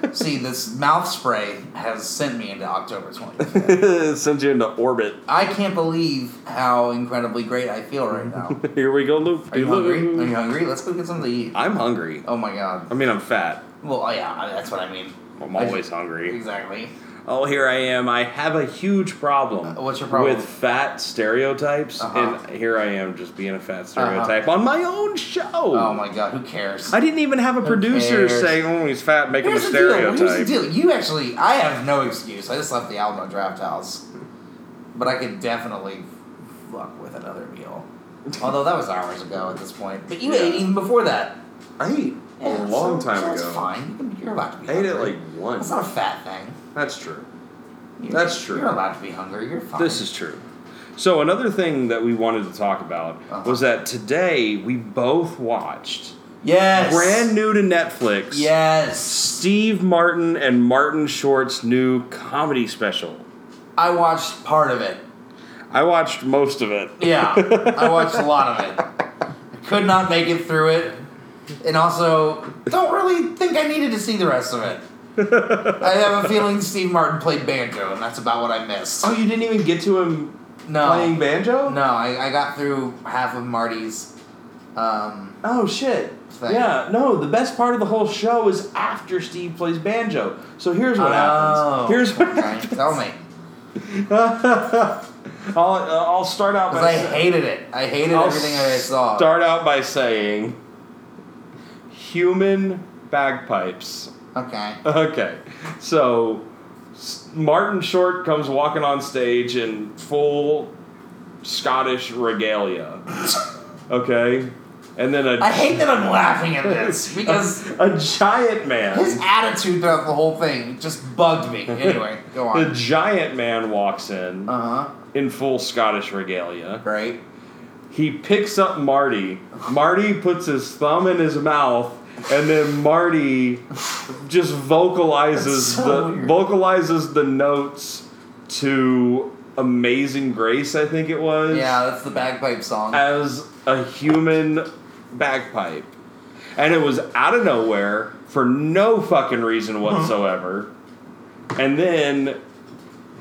[SPEAKER 2] <laughs>
[SPEAKER 1] Uh, see, this mouth spray has sent me into October 25th.
[SPEAKER 2] <laughs> sends you into orbit.
[SPEAKER 1] I can't believe how incredibly great I feel right
[SPEAKER 2] <laughs>
[SPEAKER 1] now.
[SPEAKER 2] Here we go, Luke.
[SPEAKER 1] Are you hungry? Are you hungry? Let's go get something to eat.
[SPEAKER 2] I'm hungry.
[SPEAKER 1] Oh my god.
[SPEAKER 2] I mean, I'm fat.
[SPEAKER 1] Well, oh yeah, I- that's what I mean.
[SPEAKER 2] I'm
[SPEAKER 1] I-
[SPEAKER 2] always hungry.
[SPEAKER 1] Exactly.
[SPEAKER 2] Oh, here I am. I have a huge problem.
[SPEAKER 1] Uh, what's your problem?
[SPEAKER 2] With fat stereotypes,
[SPEAKER 1] Uh-huh.
[SPEAKER 2] and here I am just being a fat stereotype on my own show.
[SPEAKER 1] Oh my god, who cares?
[SPEAKER 2] I didn't even have a producer
[SPEAKER 1] cares?
[SPEAKER 2] say, "Oh, he's fat," make
[SPEAKER 1] Here's
[SPEAKER 2] him a
[SPEAKER 1] the deal.
[SPEAKER 2] stereotype.
[SPEAKER 1] Here's the deal. You actually, I have no excuse. I just left the Alamo Draft House, but I could definitely fuck with another meal. Although that was hours ago at this point. But you ate even before that.
[SPEAKER 2] I ate
[SPEAKER 1] Yeah,
[SPEAKER 2] a long
[SPEAKER 1] so-
[SPEAKER 2] time
[SPEAKER 1] so
[SPEAKER 2] ago.
[SPEAKER 1] That's fine. You can- You're allowed to be.
[SPEAKER 2] I ate it
[SPEAKER 1] hungry.
[SPEAKER 2] like one.
[SPEAKER 1] That's not a fat thing.
[SPEAKER 2] That's true.
[SPEAKER 1] You're-
[SPEAKER 2] That's true.
[SPEAKER 1] You're allowed to be hungry. You're fine.
[SPEAKER 2] This is true. So another thing that we wanted to talk about
[SPEAKER 1] Uh-huh.
[SPEAKER 2] was that today we both watched
[SPEAKER 1] yes.
[SPEAKER 2] brand new to Netflix.
[SPEAKER 1] Yes.
[SPEAKER 2] Steve Martin and Martin Short's new comedy special.
[SPEAKER 1] I watched part of it.
[SPEAKER 2] I watched most of it.
[SPEAKER 1] Yeah, I watched a lot of it. I could not make it through it, and also don't really think I needed to see the rest of it. I have a feeling Steve Martin played banjo, and that's about what I missed.
[SPEAKER 2] Oh, you didn't even get to him
[SPEAKER 1] No,
[SPEAKER 2] playing banjo?
[SPEAKER 1] no, I, I got through half of Marty's. Um,
[SPEAKER 2] Oh shit.
[SPEAKER 1] Thing.
[SPEAKER 2] Yeah, no, the best part of the whole show is after Steve plays banjo. So here's what
[SPEAKER 1] Oh,
[SPEAKER 2] happens. Here's what <laughs>
[SPEAKER 1] okay, tell me,
[SPEAKER 2] I'll, uh, I'll start out by
[SPEAKER 1] because I
[SPEAKER 2] sa-
[SPEAKER 1] hated it. I hated
[SPEAKER 2] I'll
[SPEAKER 1] everything I saw.
[SPEAKER 2] Start out by saying human bagpipes. <laughs>
[SPEAKER 1] Okay.
[SPEAKER 2] Okay. So S- Martin Short comes walking on stage in full
[SPEAKER 1] <laughs>
[SPEAKER 2] Scottish regalia. Okay? And then a
[SPEAKER 1] I hate that I'm laughing at
[SPEAKER 2] <laughs>
[SPEAKER 1] this because
[SPEAKER 2] a giant man.
[SPEAKER 1] his attitude throughout the whole thing just bugged
[SPEAKER 2] <laughs>
[SPEAKER 1] me. Anyway, go
[SPEAKER 2] The
[SPEAKER 1] on.
[SPEAKER 2] giant man walks in
[SPEAKER 1] Uh huh.
[SPEAKER 2] in full Scottish regalia.
[SPEAKER 1] Right.
[SPEAKER 2] He picks up Marty. Marty puts his thumb in his mouth, and then Marty just vocalizes
[SPEAKER 1] That's so
[SPEAKER 2] the
[SPEAKER 1] weird.
[SPEAKER 2] vocalizes the notes to "Amazing Grace," I think it was,
[SPEAKER 1] Yeah, that's the bagpipe song.
[SPEAKER 2] as a human bagpipe, and it was out of nowhere for no fucking reason whatsoever. And then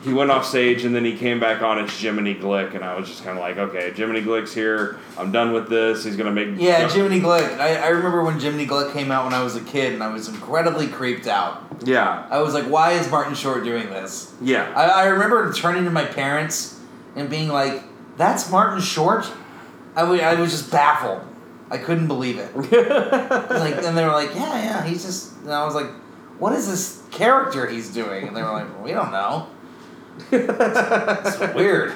[SPEAKER 2] he went off stage and then he came back on as Jiminy Glick, and I was just kind of like, okay, Jiminy Glick's here. I'm done with this. He's gonna make
[SPEAKER 1] yeah, Jiminy Glick. I, I remember when Jiminy Glick came out when I was a kid, and I was incredibly creeped out.
[SPEAKER 2] yeah,
[SPEAKER 1] I was like, "Why is Martin Short doing this?" <laughs>
[SPEAKER 2] yeah.
[SPEAKER 1] I, I remember turning to my parents and being like, "That's Martin Short." I wa- I was just baffled. I couldn't believe it. like, and they were like, "Yeah, yeah, he's just." And I was like, "What is this character he's doing?" And they were like, "We don't know." <laughs> it's weird.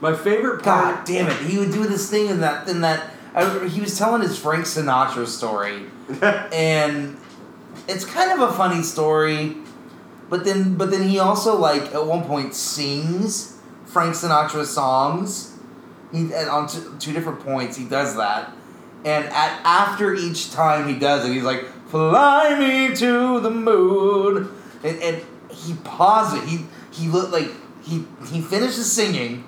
[SPEAKER 2] My favorite part.
[SPEAKER 1] God damn it! He would do this thing in that in that. I remember he was telling his Frank Sinatra story, and it's kind of a funny story, but then but then he also like at one point sings Frank Sinatra songs. He and on t- two different points he does that, and at after each time he does it, he's like, "Fly me to the moon," and, and he pauses. He he looked like he he finishes singing.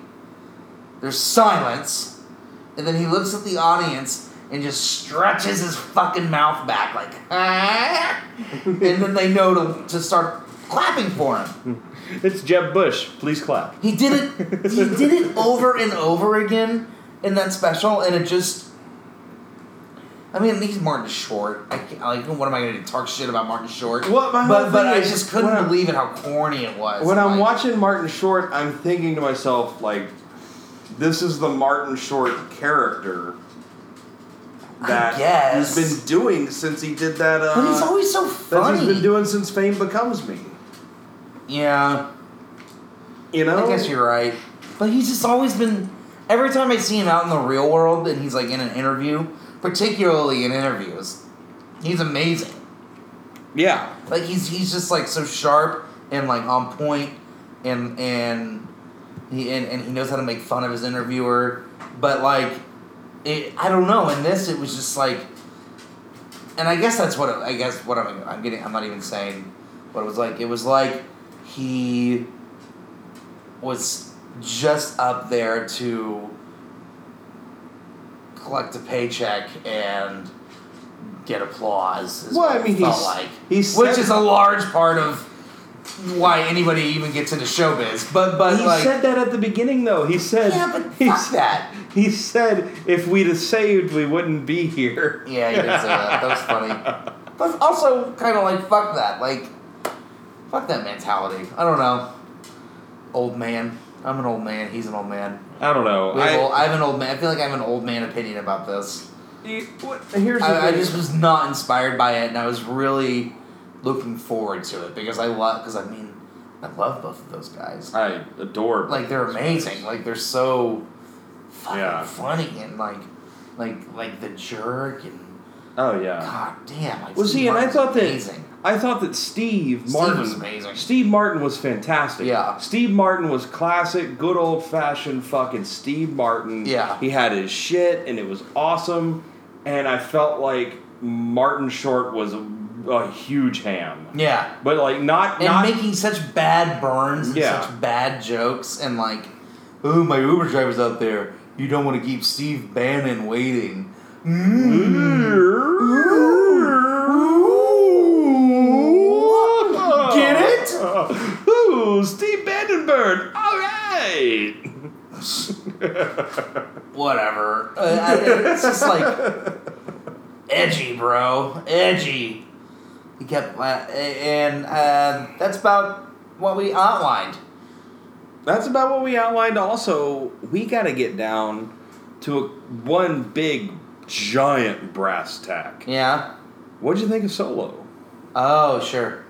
[SPEAKER 1] There's silence, and then he looks at the audience and just stretches his fucking mouth back like, "Ah," and then they know to, to start clapping for him.
[SPEAKER 2] <laughs> It's Jeb Bush. Please clap.
[SPEAKER 1] He did it. He did it over and over again in that special, and it just. I mean, he's Martin Short. I can't, like, what am I going to do? Talk shit about Martin Short?
[SPEAKER 2] What my
[SPEAKER 1] but
[SPEAKER 2] whole
[SPEAKER 1] but
[SPEAKER 2] thing
[SPEAKER 1] I
[SPEAKER 2] is,
[SPEAKER 1] just couldn't
[SPEAKER 2] when I'm-
[SPEAKER 1] believe it how corny it was.
[SPEAKER 2] When I'm
[SPEAKER 1] Like,
[SPEAKER 2] watching Martin Short, I'm thinking to myself like, this is the Martin Short character that
[SPEAKER 1] guess.
[SPEAKER 2] he's been doing since he did that. Uh,
[SPEAKER 1] but he's always so
[SPEAKER 2] that
[SPEAKER 1] funny.
[SPEAKER 2] he's been doing since Fame Becomes Me.
[SPEAKER 1] yeah.
[SPEAKER 2] You know,
[SPEAKER 1] I guess you're right. But he's just always been. Every time I see him out in the real world and he's like in an interview, particularly in interviews, he's amazing.
[SPEAKER 2] yeah.
[SPEAKER 1] Like he's he's just like so sharp and like on point and and he and, and he knows how to make fun of his interviewer. But like it, I don't know. In this, it was just like, and I guess that's what I guess what I'm I'm getting. I'm not even saying what it was like. It was like he was just up there to collect a paycheck and get applause. Is
[SPEAKER 2] Well, I
[SPEAKER 1] what
[SPEAKER 2] mean,
[SPEAKER 1] it felt
[SPEAKER 2] he's-
[SPEAKER 1] like
[SPEAKER 2] he's
[SPEAKER 1] which
[SPEAKER 2] said-
[SPEAKER 1] is a large part of why anybody even gets into showbiz. But but
[SPEAKER 2] He
[SPEAKER 1] like
[SPEAKER 2] said that at the beginning, though. He said,
[SPEAKER 1] yeah, but
[SPEAKER 2] he,
[SPEAKER 1] fuck that.
[SPEAKER 2] he said, if we'd have saved, we wouldn't be here.
[SPEAKER 1] Yeah, you did say that. That was funny. <laughs> But also kind of like fuck that, like fuck that mentality. I don't know. Old man, I'm an old man. He's an old man.
[SPEAKER 2] I don't know.
[SPEAKER 1] We have
[SPEAKER 2] I,
[SPEAKER 1] old- I have an old man. I feel like I have an old man opinion about this.
[SPEAKER 2] you- what- here's the
[SPEAKER 1] I, I
[SPEAKER 2] thing.
[SPEAKER 1] just was not inspired by it, and I was really looking forward to it because I love. Because I mean, I love both of those guys.
[SPEAKER 2] I adore.
[SPEAKER 1] like they're amazing. Like they're so fucking
[SPEAKER 2] Yeah.
[SPEAKER 1] funny and like like like the jerk and
[SPEAKER 2] Oh yeah.
[SPEAKER 1] god damn. Like
[SPEAKER 2] Well,
[SPEAKER 1] Steve
[SPEAKER 2] see, and I
[SPEAKER 1] Martin's
[SPEAKER 2] thought that
[SPEAKER 1] amazing.
[SPEAKER 2] I thought that Steve
[SPEAKER 1] Steve
[SPEAKER 2] Martin
[SPEAKER 1] was amazing.
[SPEAKER 2] Steve Martin was fantastic.
[SPEAKER 1] Yeah.
[SPEAKER 2] Steve Martin was classic, good old fashioned fucking Steve Martin.
[SPEAKER 1] Yeah.
[SPEAKER 2] He had his shit, and it was awesome. And I felt like Martin Short was a, a huge ham,
[SPEAKER 1] Yeah,
[SPEAKER 2] but like not
[SPEAKER 1] and
[SPEAKER 2] not
[SPEAKER 1] making such bad burns and
[SPEAKER 2] Yeah.
[SPEAKER 1] such bad jokes and like, oh my Uber driver's out there. You don't want to keep Steve Bannon waiting.
[SPEAKER 2] Mm-hmm.
[SPEAKER 1] Mm. Ooh.
[SPEAKER 2] <laughs> third. All right.
[SPEAKER 1] Whatever. Uh, I- it's just like edgy, bro. Edgy. He kept, uh, and uh, that's about what we outlined.
[SPEAKER 2] That's about what we outlined. Also, we got to get down to a, one big, giant brass tack.
[SPEAKER 1] Yeah.
[SPEAKER 2] What'd you think of Solo? <laughs>
[SPEAKER 1] Oh, sure.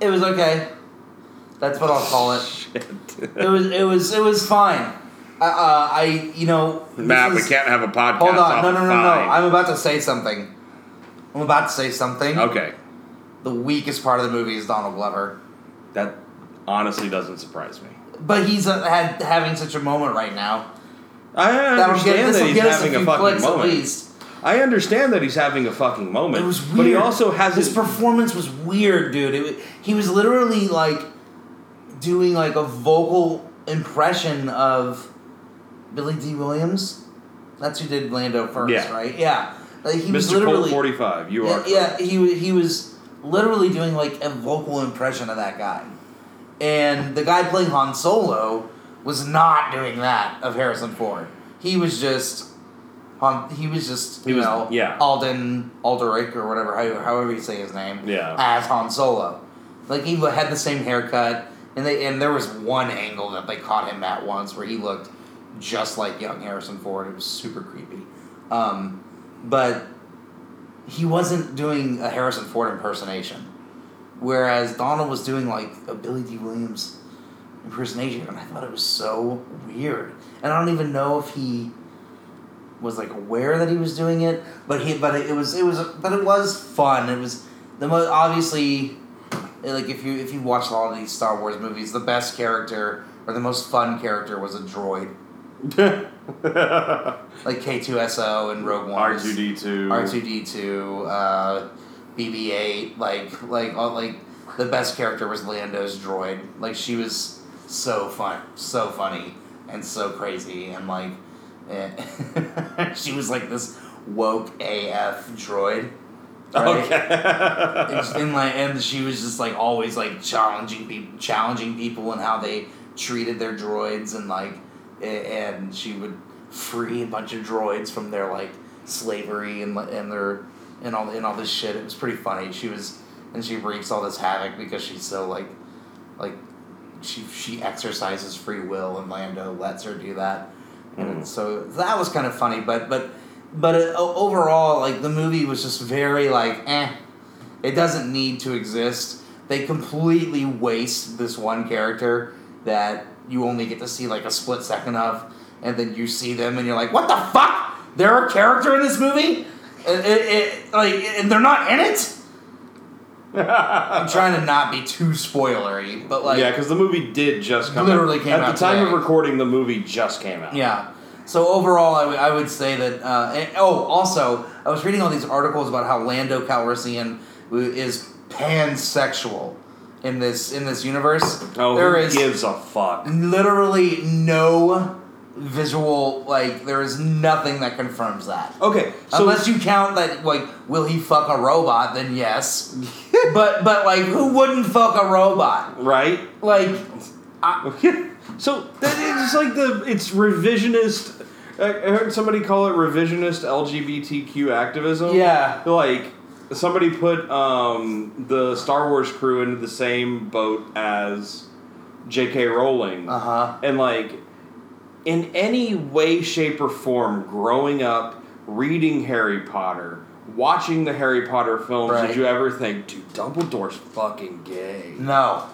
[SPEAKER 1] It was okay. That's what I'll call it. It was. It was. It was fine. Uh, uh, I. You know. this
[SPEAKER 4] Matt, we
[SPEAKER 1] is-
[SPEAKER 4] can't have a podcast.
[SPEAKER 1] Hold on.
[SPEAKER 4] off
[SPEAKER 1] No.
[SPEAKER 4] of
[SPEAKER 1] No. No. No.
[SPEAKER 4] five.
[SPEAKER 1] I'm about to say something. I'm about to say something.
[SPEAKER 2] Okay,
[SPEAKER 1] The weakest part of the movie is Donald Glover,
[SPEAKER 2] that honestly doesn't surprise me.
[SPEAKER 1] but he's uh, had having such a moment right now.
[SPEAKER 2] I
[SPEAKER 1] That'll get.
[SPEAKER 2] understand
[SPEAKER 1] This
[SPEAKER 2] that
[SPEAKER 1] will
[SPEAKER 2] he's
[SPEAKER 1] get us a
[SPEAKER 2] having a
[SPEAKER 1] few
[SPEAKER 2] fucking
[SPEAKER 1] clicks at
[SPEAKER 2] moment.
[SPEAKER 1] least.
[SPEAKER 2] I understand that he's having a fucking moment.
[SPEAKER 1] It was weird.
[SPEAKER 2] But he also has
[SPEAKER 1] his
[SPEAKER 2] his.
[SPEAKER 1] performance was weird, dude. It, wa- he was literally like doing like a vocal impression of Billy D. Williams. That's who did Lando first,
[SPEAKER 2] Yeah.
[SPEAKER 1] right? Yeah, like he was
[SPEAKER 2] Mr. Colt
[SPEAKER 1] literally
[SPEAKER 2] 45, you
[SPEAKER 1] yeah,
[SPEAKER 2] are.
[SPEAKER 1] yeah, he wa- he was literally doing like a vocal impression of that guy, and the guy playing Han Solo was not doing that of Harrison Ford. He was just Han. He was just you
[SPEAKER 2] was-
[SPEAKER 1] know
[SPEAKER 2] yeah.
[SPEAKER 1] Alden Alderic or whatever how- however you say his name
[SPEAKER 2] Yeah.
[SPEAKER 1] as Han Solo. Like he had the same haircut, and they and there was one angle that they caught him at once where he looked just like young Harrison Ford. It was super creepy, um, but he wasn't doing a Harrison Ford impersonation, whereas Donald was doing like a Billy D. Williams impersonation, and I thought it was so weird. And I don't even know if he was like aware that he was doing it, but he but it was it was but it was fun. It was the most obviously like if you if you watch a lot of these Star Wars movies, the best character or the most fun character was a droid
[SPEAKER 2] <laughs>
[SPEAKER 1] like K two S O and Rogue One.
[SPEAKER 2] R
[SPEAKER 1] is-
[SPEAKER 2] two D two.
[SPEAKER 1] R two D two, BB eight, like like all, like the best character was Lando's droid. Like she was so fun, so funny, and so crazy, and like eh. <laughs> she was like this woke AF droid. Right?
[SPEAKER 2] <laughs>
[SPEAKER 1] and, and like and she was just like always like challenging people challenging people and how they treated their droids and like a- and she would free a bunch of droids from their like slavery and li- and their and all and all this shit it was pretty funny she was and she wreaks all this havoc because she's so like like she she exercises free will and Lando lets her do that and so that was kind of funny but but but uh, o- overall like the movie was just very like eh it doesn't need to exist. They completely waste this one character that you only get to see like a split second of, and then you see them and you're like, what the fuck? They're a character in this movie? It, it, it- like, and they're not in it? I'm trying to not be too spoilery, but like,
[SPEAKER 2] yeah, because the movie did just come
[SPEAKER 1] Literally
[SPEAKER 2] out.
[SPEAKER 1] came
[SPEAKER 2] At
[SPEAKER 1] out
[SPEAKER 2] the time
[SPEAKER 1] today.
[SPEAKER 2] of recording, the movie just came out.
[SPEAKER 1] Yeah. So overall, I would- I would say that. Uh, and, oh, also, I was reading all these articles about how Lando Calrissian w- is pansexual in this in this universe.
[SPEAKER 2] Oh,
[SPEAKER 1] there
[SPEAKER 2] who
[SPEAKER 1] is
[SPEAKER 2] gives a fuck?
[SPEAKER 1] literally no visual like there is nothing that confirms that.
[SPEAKER 2] Okay, Oh, so
[SPEAKER 1] Unless you count that, like, will he fuck a robot? Then yes, but but like, who wouldn't fuck a robot?
[SPEAKER 2] right.
[SPEAKER 1] Like, I,
[SPEAKER 2] so that it's like the it's revisionist. I I heard somebody call it revisionist LGBTQ activism.
[SPEAKER 1] Yeah.
[SPEAKER 2] like somebody put um, the Star Wars crew into the same boat as J.K. Rowling.
[SPEAKER 1] uh huh.
[SPEAKER 2] and like in any way shape or form growing up reading harry potter watching the harry potter films
[SPEAKER 1] Right.
[SPEAKER 2] did you ever think dude dumbledore's fucking gay
[SPEAKER 1] No,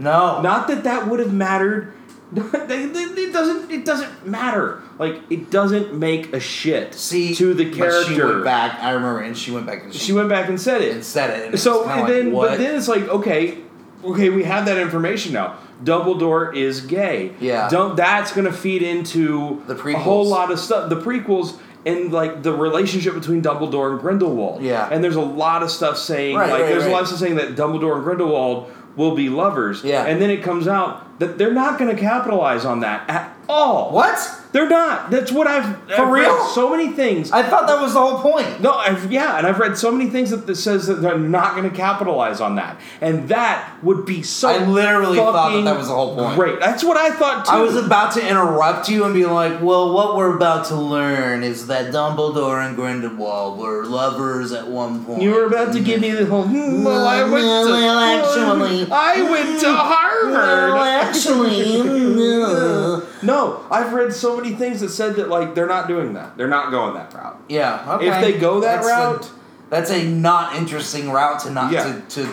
[SPEAKER 1] no,
[SPEAKER 2] not that that would have mattered <laughs> it doesn't it doesn't matter like it doesn't make a shit
[SPEAKER 1] See,
[SPEAKER 2] to the
[SPEAKER 1] but
[SPEAKER 2] character
[SPEAKER 1] She went back. I remember, and she went back and she,
[SPEAKER 2] She went back and said it
[SPEAKER 1] and said it. And
[SPEAKER 2] so
[SPEAKER 1] it was kinda
[SPEAKER 2] then,
[SPEAKER 1] like, what?
[SPEAKER 2] but then it's like, okay, okay, we have that information now. Dumbledore is gay.
[SPEAKER 1] Yeah.
[SPEAKER 2] Don't, that's going to feed into
[SPEAKER 1] The
[SPEAKER 2] a whole
[SPEAKER 1] prequels.
[SPEAKER 2] lot of stuff. The prequels and like the relationship between Dumbledore and Grindelwald.
[SPEAKER 1] Yeah.
[SPEAKER 2] And there's a lot of stuff saying
[SPEAKER 1] Right,
[SPEAKER 2] like
[SPEAKER 1] right,
[SPEAKER 2] there's a lot
[SPEAKER 1] right.
[SPEAKER 2] of stuff saying that Dumbledore and Grindelwald will be lovers.
[SPEAKER 1] Yeah.
[SPEAKER 2] And then it comes out that they're not going to capitalize on that at all.
[SPEAKER 1] what?
[SPEAKER 2] They're not. That's what I've
[SPEAKER 1] For
[SPEAKER 2] I've
[SPEAKER 1] real?
[SPEAKER 2] read so many things.
[SPEAKER 1] I thought that was the whole point.
[SPEAKER 2] no, I've, yeah, and I've read so many things that this says that they're not going to capitalize on that, and that would be so.
[SPEAKER 1] I literally thought that that
[SPEAKER 2] fucking
[SPEAKER 1] was the whole point.
[SPEAKER 2] Great, that's what I thought too.
[SPEAKER 1] I was about to interrupt you and be like, well, what we're about to learn is that Dumbledore and Grindelwald were lovers at one point.
[SPEAKER 2] you were about to give me the whole. "Hmm, Well, I went
[SPEAKER 1] Well,
[SPEAKER 2] to
[SPEAKER 1] well, actually.
[SPEAKER 2] I went to Harvard.
[SPEAKER 1] Well,
[SPEAKER 2] <laughs>
[SPEAKER 1] actually.
[SPEAKER 2] No, I've read so many things that said that like they're not doing that. They're not going that route.
[SPEAKER 1] yeah. Okay.
[SPEAKER 2] If they go that
[SPEAKER 1] That's
[SPEAKER 2] route-
[SPEAKER 1] a- that's a not interesting route to not
[SPEAKER 2] Yeah.
[SPEAKER 1] to, to.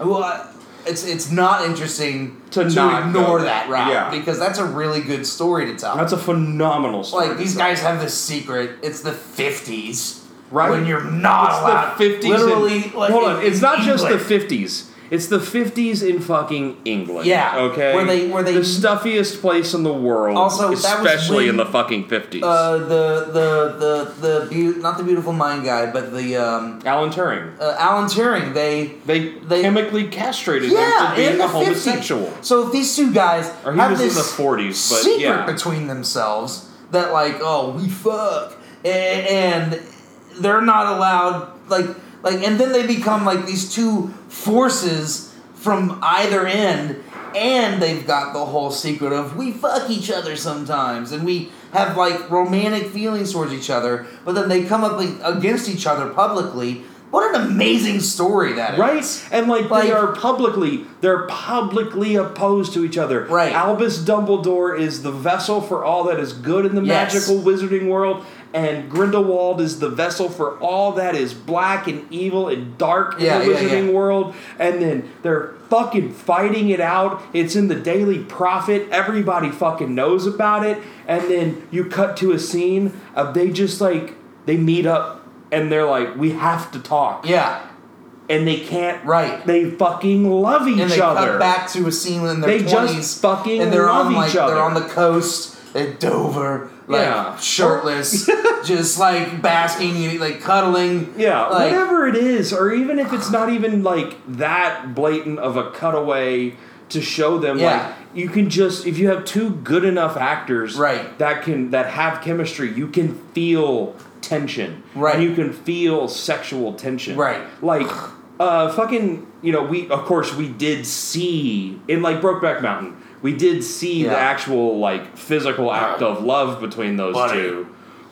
[SPEAKER 1] Well, I- it's it's not interesting
[SPEAKER 2] To not
[SPEAKER 1] ignore
[SPEAKER 2] go.
[SPEAKER 1] that route
[SPEAKER 2] Yeah.
[SPEAKER 1] because that's a really good story to tell.
[SPEAKER 2] That's a phenomenal story.
[SPEAKER 1] like these guys have this secret. It's the fifties,
[SPEAKER 2] Right.
[SPEAKER 1] When you're not
[SPEAKER 2] It's
[SPEAKER 1] allowed.
[SPEAKER 2] the 50s. in-
[SPEAKER 1] Literally, like,
[SPEAKER 2] hold on.
[SPEAKER 1] in
[SPEAKER 2] It's not just the
[SPEAKER 1] England.
[SPEAKER 2] 50s. It's the 50s in fucking England.
[SPEAKER 1] Yeah,
[SPEAKER 2] Okay.
[SPEAKER 1] where they- where they-
[SPEAKER 2] the stuffiest place in the world.
[SPEAKER 1] Also, that was
[SPEAKER 2] especially
[SPEAKER 1] when-
[SPEAKER 2] in the fucking 50s.
[SPEAKER 1] Uh, the the the the beau- not the beautiful mind guy, but the um,
[SPEAKER 2] Alan Turing.
[SPEAKER 1] uh, Alan Turing. They
[SPEAKER 2] They,
[SPEAKER 1] they-
[SPEAKER 2] chemically castrated him
[SPEAKER 1] yeah
[SPEAKER 2] for being
[SPEAKER 1] in the
[SPEAKER 2] a
[SPEAKER 1] 50s.
[SPEAKER 2] homosexual.
[SPEAKER 1] So if these two guys
[SPEAKER 2] Or he
[SPEAKER 1] have
[SPEAKER 2] was in
[SPEAKER 1] this
[SPEAKER 2] the 40s, but
[SPEAKER 1] secret
[SPEAKER 2] yeah.
[SPEAKER 1] between themselves that like oh we fuck a- and, they're not allowed like like and then they become like these two forces from either end and they've got the whole secret of we fuck each other sometimes and we have like romantic feelings towards each other but then they come up like, against each other publicly what an amazing story that is
[SPEAKER 2] Right? And like,
[SPEAKER 1] Like-
[SPEAKER 2] they are publicly, they're publicly opposed to each other.
[SPEAKER 1] Right.
[SPEAKER 2] Albus Dumbledore is the vessel for all that is good in the
[SPEAKER 1] Yes.
[SPEAKER 2] magical wizarding world, and Grindelwald is the vessel for all that is black and evil and dark
[SPEAKER 1] Yeah,
[SPEAKER 2] in the
[SPEAKER 1] yeah, yeah.
[SPEAKER 2] wizarding world. And then they're fucking fighting it out. It's in the Daily Prophet. Everybody fucking knows about it. And then you cut to a scene of they just like they meet up and they're like, we have to talk
[SPEAKER 1] yeah
[SPEAKER 2] and they can't.
[SPEAKER 1] Right.
[SPEAKER 2] They fucking love each
[SPEAKER 1] and they
[SPEAKER 2] other.
[SPEAKER 1] cut back to a scene in their
[SPEAKER 2] They
[SPEAKER 1] 20s,
[SPEAKER 2] just fucking
[SPEAKER 1] and they're
[SPEAKER 2] love
[SPEAKER 1] on like
[SPEAKER 2] each other.
[SPEAKER 1] they're on the coast at Dover, like
[SPEAKER 2] Yeah. <laughs>
[SPEAKER 1] shirtless, just like basking, in- like cuddling,
[SPEAKER 2] Yeah,
[SPEAKER 1] like,
[SPEAKER 2] whatever it is, or even if it's not even like that blatant of a cutaway to show them,
[SPEAKER 1] Yeah.
[SPEAKER 2] like you can just if you have two good enough actors,
[SPEAKER 1] Right.
[SPEAKER 2] that can that have chemistry, you can feel tension,
[SPEAKER 1] Right.
[SPEAKER 2] and you can feel sexual tension,
[SPEAKER 1] Right.
[SPEAKER 2] Like, uh, fucking, you know, we of course we did see in like Brokeback Mountain, we did see the
[SPEAKER 1] Yeah.
[SPEAKER 2] actual like physical act of love between those
[SPEAKER 1] Buddy.
[SPEAKER 2] two.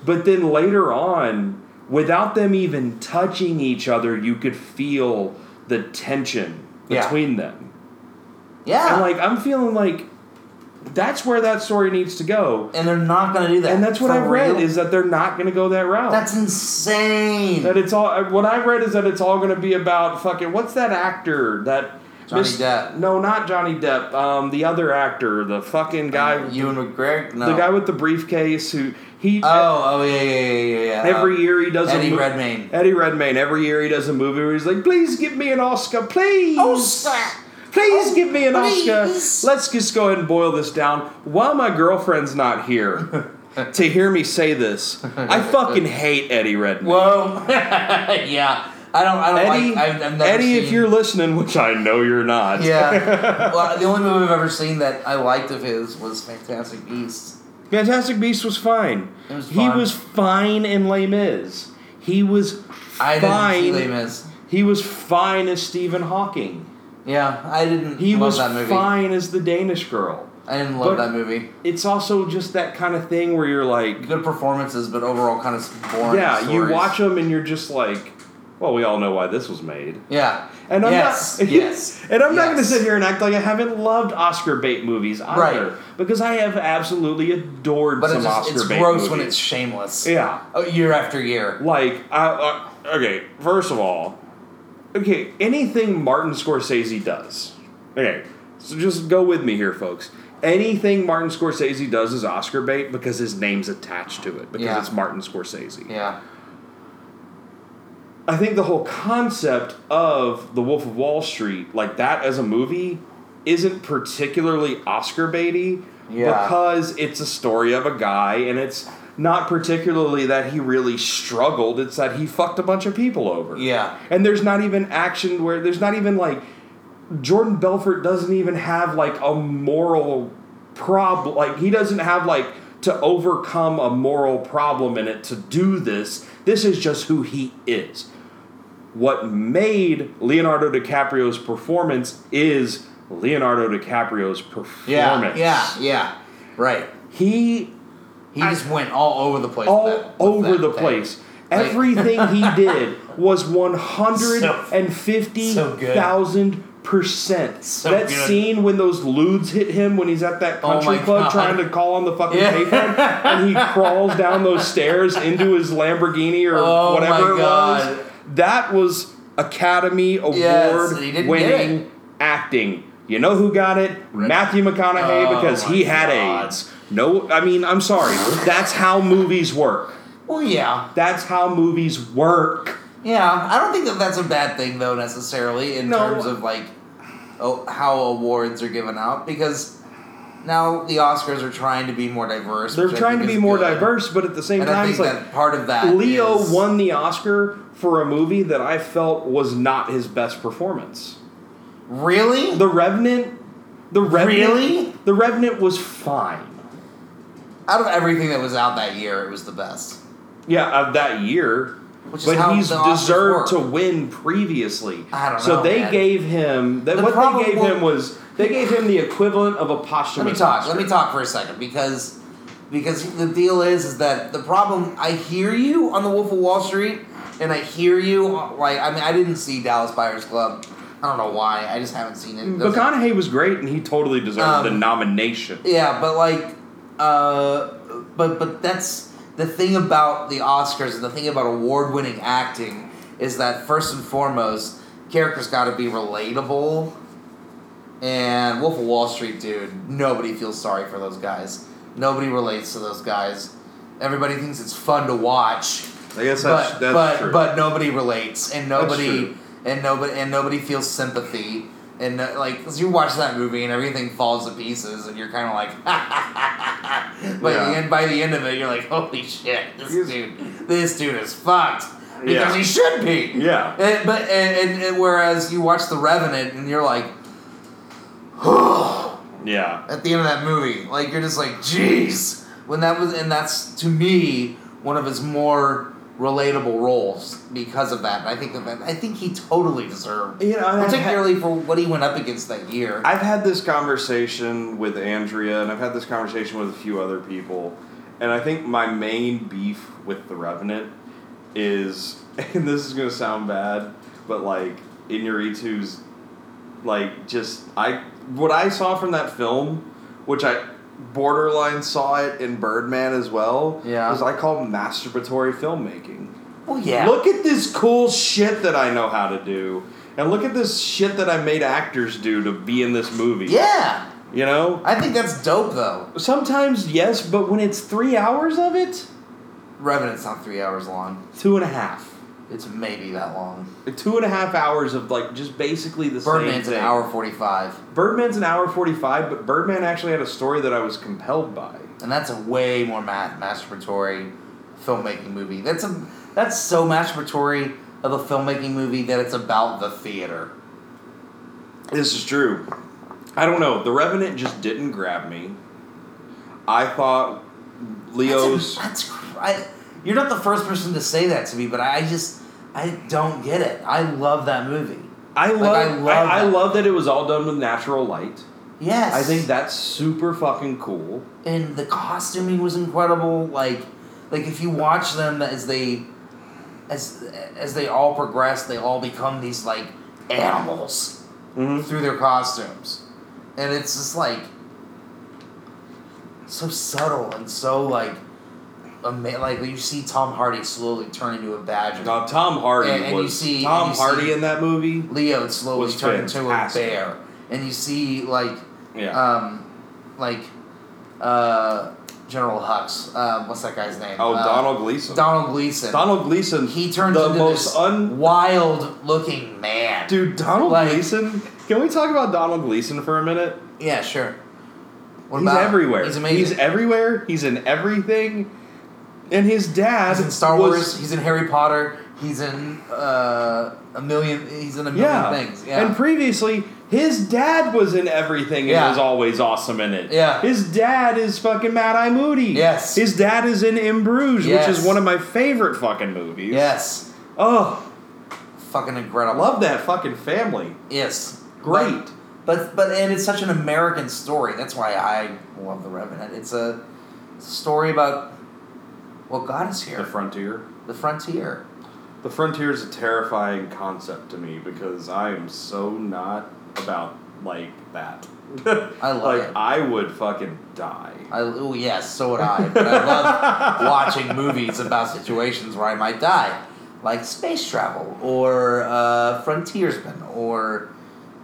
[SPEAKER 2] But then later on, without them even touching each other, you could feel the tension
[SPEAKER 1] Yeah.
[SPEAKER 2] between them.
[SPEAKER 1] Yeah,
[SPEAKER 2] And like I'm feeling like that's where that story needs to go.
[SPEAKER 1] and they're not gonna do that.
[SPEAKER 2] And that's what
[SPEAKER 1] For
[SPEAKER 2] I've read
[SPEAKER 1] real.
[SPEAKER 2] is that they're not going to go that route.
[SPEAKER 1] that's insane.
[SPEAKER 2] that it's all what I've read is that it's all going to be about fucking what's that actor that
[SPEAKER 1] Johnny Depp.
[SPEAKER 2] No, not Johnny Depp. Um, the other actor, the fucking guy,
[SPEAKER 1] Ewan McGregor, no.
[SPEAKER 2] the guy with the briefcase who he
[SPEAKER 1] oh, oh yeah, yeah, yeah, yeah. Uh, yeah.
[SPEAKER 2] Every year he does a
[SPEAKER 1] Um, Eddie
[SPEAKER 2] mo-
[SPEAKER 1] Redmayne.
[SPEAKER 2] Eddie Redmayne. Every year he does a movie where he's like, "Please give me an Oscar, please,
[SPEAKER 1] Oscar.
[SPEAKER 2] please give me an
[SPEAKER 1] please."
[SPEAKER 2] Oscar." Let's just go ahead and boil this down. While my girlfriend's not
[SPEAKER 1] <laughs>
[SPEAKER 2] here to hear me say this, I fucking hate Eddie Redmayne.
[SPEAKER 1] Whoa, <laughs> yeah. I don't, I don't
[SPEAKER 2] Eddie,
[SPEAKER 1] like. I've, I've never
[SPEAKER 2] Eddie, if
[SPEAKER 1] seen-
[SPEAKER 2] you're listening, which I know you're not,
[SPEAKER 1] Yeah. well, the only movie I've ever seen that I liked of his was Fantastic Beasts.
[SPEAKER 2] Fantastic Beast was fine.
[SPEAKER 1] It was
[SPEAKER 2] He
[SPEAKER 1] fine.
[SPEAKER 2] was fine in Les Mis. He was
[SPEAKER 1] I didn't
[SPEAKER 2] fine.
[SPEAKER 1] see Les Mis.
[SPEAKER 2] He was fine as Stephen Hawking.
[SPEAKER 1] Yeah, I didn't
[SPEAKER 2] He
[SPEAKER 1] love
[SPEAKER 2] was
[SPEAKER 1] that movie.
[SPEAKER 2] fine as the Danish girl.
[SPEAKER 1] I didn't love
[SPEAKER 2] but-
[SPEAKER 1] that movie.
[SPEAKER 2] It's also just that kind of thing where you're like,
[SPEAKER 1] Good performances, but overall kind of boring.
[SPEAKER 2] yeah, you
[SPEAKER 1] stories.
[SPEAKER 2] watch them and you're just like, well, we all know why this was made.
[SPEAKER 1] Yeah.
[SPEAKER 2] And I'm
[SPEAKER 1] yes.
[SPEAKER 2] not, <laughs>
[SPEAKER 1] yes.
[SPEAKER 2] and I'm not going to
[SPEAKER 1] Yes.
[SPEAKER 2] sit here and act like I haven't loved Oscar bait movies either,
[SPEAKER 1] Right.
[SPEAKER 2] because I have absolutely adored
[SPEAKER 1] But
[SPEAKER 2] some
[SPEAKER 1] it's, just,
[SPEAKER 2] Oscar
[SPEAKER 1] it's
[SPEAKER 2] bait
[SPEAKER 1] gross
[SPEAKER 2] movies.
[SPEAKER 1] when it's shameless.
[SPEAKER 2] yeah,
[SPEAKER 1] Oh, year after year.
[SPEAKER 2] like I, I okay. First of all, okay, anything Martin Scorsese does, okay, so just go with me here, folks. Anything Martin Scorsese does is Oscar bait because his name's attached to it because
[SPEAKER 1] Yeah.
[SPEAKER 2] it's Martin Scorsese.
[SPEAKER 1] Yeah.
[SPEAKER 2] I think the whole concept of The Wolf of Wall Street, like that as a movie, isn't particularly Oscar baity
[SPEAKER 1] Yeah.
[SPEAKER 2] because it's a story of a guy and it's not particularly that he really struggled, it's that he fucked a bunch of people over.
[SPEAKER 1] Yeah.
[SPEAKER 2] And there's not even action where there's not even like Jordan Belfort doesn't even have like a moral problem. Like he doesn't have like to overcome a moral problem in it to do this. This is just who he is. What made Leonardo DiCaprio's performance is Leonardo DiCaprio's performance.
[SPEAKER 1] Yeah, yeah, yeah. Right.
[SPEAKER 2] He
[SPEAKER 1] He just went all over the place. with
[SPEAKER 2] all
[SPEAKER 1] that- with
[SPEAKER 2] over
[SPEAKER 1] that
[SPEAKER 2] the
[SPEAKER 1] thing.
[SPEAKER 2] place.
[SPEAKER 1] Like-
[SPEAKER 2] Everything he
[SPEAKER 1] <laughs>
[SPEAKER 2] did was one hundred and fifty
[SPEAKER 1] So- so good.
[SPEAKER 2] thousand percent.
[SPEAKER 1] So
[SPEAKER 2] that
[SPEAKER 1] good.
[SPEAKER 2] scene when those ludes hit him when he's at that
[SPEAKER 1] Oh
[SPEAKER 2] country
[SPEAKER 1] my
[SPEAKER 2] club
[SPEAKER 1] God.
[SPEAKER 2] trying to call on the fucking
[SPEAKER 1] Yeah.
[SPEAKER 2] payphone, and
[SPEAKER 1] <laughs>
[SPEAKER 2] he crawls down those stairs into his Lamborghini or
[SPEAKER 1] Oh my
[SPEAKER 2] whatever it
[SPEAKER 1] God.
[SPEAKER 2] was. That was Academy Award
[SPEAKER 1] Yes, he didn't get it.
[SPEAKER 2] winning acting. You know who got it? Matthew McConaughey
[SPEAKER 1] Oh
[SPEAKER 2] because
[SPEAKER 1] my
[SPEAKER 2] he had
[SPEAKER 1] God.
[SPEAKER 2] AIDS. No, I mean, I'm sorry. That's how movies work.
[SPEAKER 1] Well, yeah,
[SPEAKER 2] That's how movies work.
[SPEAKER 1] yeah. I don't think that that's a bad thing though necessarily in
[SPEAKER 2] No.
[SPEAKER 1] terms of like oh, how awards are given out because now the Oscars are trying to be more diverse.
[SPEAKER 2] They're
[SPEAKER 1] which I
[SPEAKER 2] trying to
[SPEAKER 1] think
[SPEAKER 2] be
[SPEAKER 1] is
[SPEAKER 2] more
[SPEAKER 1] good.
[SPEAKER 2] diverse, but at the same
[SPEAKER 1] and I
[SPEAKER 2] time,
[SPEAKER 1] think
[SPEAKER 2] it's like
[SPEAKER 1] that part of that
[SPEAKER 2] Leo
[SPEAKER 1] is-
[SPEAKER 2] won the Oscar for a movie that I felt was not his best performance.
[SPEAKER 1] Really?
[SPEAKER 2] The Revenant. The Revenant.
[SPEAKER 1] Really?
[SPEAKER 2] The Revenant was fine.
[SPEAKER 1] out of everything that was out that year, it was the best.
[SPEAKER 2] Yeah, of that year.
[SPEAKER 1] Which is
[SPEAKER 2] but
[SPEAKER 1] how
[SPEAKER 2] he's
[SPEAKER 1] the Oscars
[SPEAKER 2] deserved
[SPEAKER 1] work.
[SPEAKER 2] to win previously.
[SPEAKER 1] I don't
[SPEAKER 2] so
[SPEAKER 1] know,
[SPEAKER 2] they
[SPEAKER 1] man.
[SPEAKER 2] gave him that
[SPEAKER 1] The
[SPEAKER 2] what
[SPEAKER 1] problem
[SPEAKER 2] they gave
[SPEAKER 1] was-
[SPEAKER 2] him was they gave him the equivalent of a posthumous.
[SPEAKER 1] Let me talk. Let
[SPEAKER 2] Oscar.
[SPEAKER 1] me talk for a second because because the deal is is that the problem. I hear you on the Wolf of Wall Street, and I hear you on- like I mean I didn't see Dallas Buyers Club. I don't know why. I just haven't seen it. Those-
[SPEAKER 2] McConaughey was great, and he totally deserved
[SPEAKER 1] Um,
[SPEAKER 2] the nomination.
[SPEAKER 1] Yeah, but like, uh, but but that's the thing about the Oscars and the thing about award-winning acting is that first and foremost, characters got to be relatable. And Wolf of Wall Street, dude, nobody feels sorry for those guys. Nobody relates to those guys. Everybody thinks it's fun to watch,
[SPEAKER 2] I guess
[SPEAKER 1] but but but nobody relates, and nobody
[SPEAKER 2] true.
[SPEAKER 1] and nobody and nobody feels sympathy. And uh, like 'cause you watch that movie and everything falls to pieces, and you're kind of like, <laughs> by
[SPEAKER 2] Yeah.
[SPEAKER 1] the end by the end of it, you're like, holy shit, this dude, this dude is fucked because
[SPEAKER 2] Yeah.
[SPEAKER 1] he should be.
[SPEAKER 2] Yeah.
[SPEAKER 1] And, but and, and, and whereas you watch The Revenant and you're like, <sighs> "Oh,
[SPEAKER 2] yeah,
[SPEAKER 1] at the end of that movie. Like you're just like, jeez. When that was, and that's to me one of his more relatable roles because of that. And I think that that- I think he totally deserved,
[SPEAKER 2] You know, and I've had-
[SPEAKER 1] particularly for what he went up against that year.
[SPEAKER 2] I've had this conversation with Andrea, and I've had this conversation with a few other people, and I think my main beef with the Revenant is, <laughs> and this is gonna sound bad, but like Inarritu's, like just I what I saw from that film, which I borderline saw it in Birdman as well.
[SPEAKER 1] Yeah.
[SPEAKER 2] was I call masturbatory filmmaking.
[SPEAKER 1] well, yeah.
[SPEAKER 2] Look at this cool shit that I know how to do. And look at this shit that I made actors do to be in this movie.
[SPEAKER 1] yeah.
[SPEAKER 2] You know?
[SPEAKER 1] I think that's dope though.
[SPEAKER 2] Sometimes, yes, but when it's three hours of it,
[SPEAKER 1] Revenant's not three hours long.
[SPEAKER 2] two and a half.
[SPEAKER 1] It's maybe that long.
[SPEAKER 2] Two and a half hours of like just basically the
[SPEAKER 1] Birdman's
[SPEAKER 2] same
[SPEAKER 1] an
[SPEAKER 2] thing.
[SPEAKER 1] hour forty-five,
[SPEAKER 2] Birdman's an hour forty-five, but Birdman actually had a story that I was compelled by.
[SPEAKER 1] and that's a way more ma- masturbatory filmmaking movie. That's a that's so masturbatory of a filmmaking movie that it's about the theater.
[SPEAKER 2] This is true. I don't know. The Revenant just didn't grab me. I thought Leo's.
[SPEAKER 1] That's, that's cr- I, you're not the first person to say that to me, but I just I don't get it. I love that movie.
[SPEAKER 2] I love,
[SPEAKER 1] Like, I
[SPEAKER 2] I
[SPEAKER 1] love
[SPEAKER 2] love, I,
[SPEAKER 1] that.
[SPEAKER 2] love that it was all done with natural light.
[SPEAKER 1] Yes,
[SPEAKER 2] I think that's super fucking cool.
[SPEAKER 1] and the costuming was incredible. Like, like if you watch them as they as as they all progress, they all become these like animals through their costumes, and it's just like so subtle and so like. Ama- like you see Tom Hardy slowly turn into a badger.
[SPEAKER 2] Now, Tom Hardy
[SPEAKER 1] And- and you
[SPEAKER 2] was
[SPEAKER 1] see-
[SPEAKER 2] Tom
[SPEAKER 1] and you
[SPEAKER 2] Hardy
[SPEAKER 1] see-
[SPEAKER 2] in that movie.
[SPEAKER 1] Leo slowly
[SPEAKER 2] Was
[SPEAKER 1] turned into a
[SPEAKER 2] fantastic.
[SPEAKER 1] bear, and you see like,
[SPEAKER 2] Yeah.
[SPEAKER 1] um, like, uh, General Hux. Um, what's that guy's name?
[SPEAKER 2] oh,
[SPEAKER 1] Uh,
[SPEAKER 2] Donald Gleason.
[SPEAKER 1] Donald Gleason.
[SPEAKER 2] Donald Gleason.
[SPEAKER 1] He turns
[SPEAKER 2] the
[SPEAKER 1] into
[SPEAKER 2] most
[SPEAKER 1] this
[SPEAKER 2] un.
[SPEAKER 1] wild-looking man.
[SPEAKER 2] Dude, Donald
[SPEAKER 1] Like-
[SPEAKER 2] Gleason. Can we talk about Donald Gleason for a minute?
[SPEAKER 1] Yeah, sure. What
[SPEAKER 2] he's
[SPEAKER 1] about him?
[SPEAKER 2] everywhere.
[SPEAKER 1] He's amazing. He's,
[SPEAKER 2] everywhere. He's in everything. And his dad
[SPEAKER 1] in Star
[SPEAKER 2] was-
[SPEAKER 1] Wars. He's in Harry Potter. He's in uh, a million. He's in a million
[SPEAKER 2] Yeah.
[SPEAKER 1] things. Yeah.
[SPEAKER 2] And previously, his dad was in everything and
[SPEAKER 1] Yeah.
[SPEAKER 2] was always awesome in it.
[SPEAKER 1] Yeah.
[SPEAKER 2] His dad is fucking Mad Eye Moody.
[SPEAKER 1] Yes.
[SPEAKER 2] His dad is in In Bruges, which
[SPEAKER 1] Yes.
[SPEAKER 2] is one of my favorite fucking movies.
[SPEAKER 1] yes.
[SPEAKER 2] Oh,
[SPEAKER 1] Fucking
[SPEAKER 2] I
[SPEAKER 1] incredible.
[SPEAKER 2] love that fucking family.
[SPEAKER 1] Yes.
[SPEAKER 2] Great.
[SPEAKER 1] But, but but and it's such an American story. That's why I love The Revenant. It's a story about well, God is
[SPEAKER 2] The
[SPEAKER 1] here,
[SPEAKER 2] Frontier.
[SPEAKER 1] the frontier.
[SPEAKER 2] The Frontier is a terrifying concept to me because I am so not about like that.
[SPEAKER 1] I love
[SPEAKER 2] like
[SPEAKER 1] it.
[SPEAKER 2] I would fucking die.
[SPEAKER 1] I, oh yes, so would I. But I
[SPEAKER 2] <laughs>
[SPEAKER 1] love watching movies about situations where I might die, like space travel or uh, frontiersman or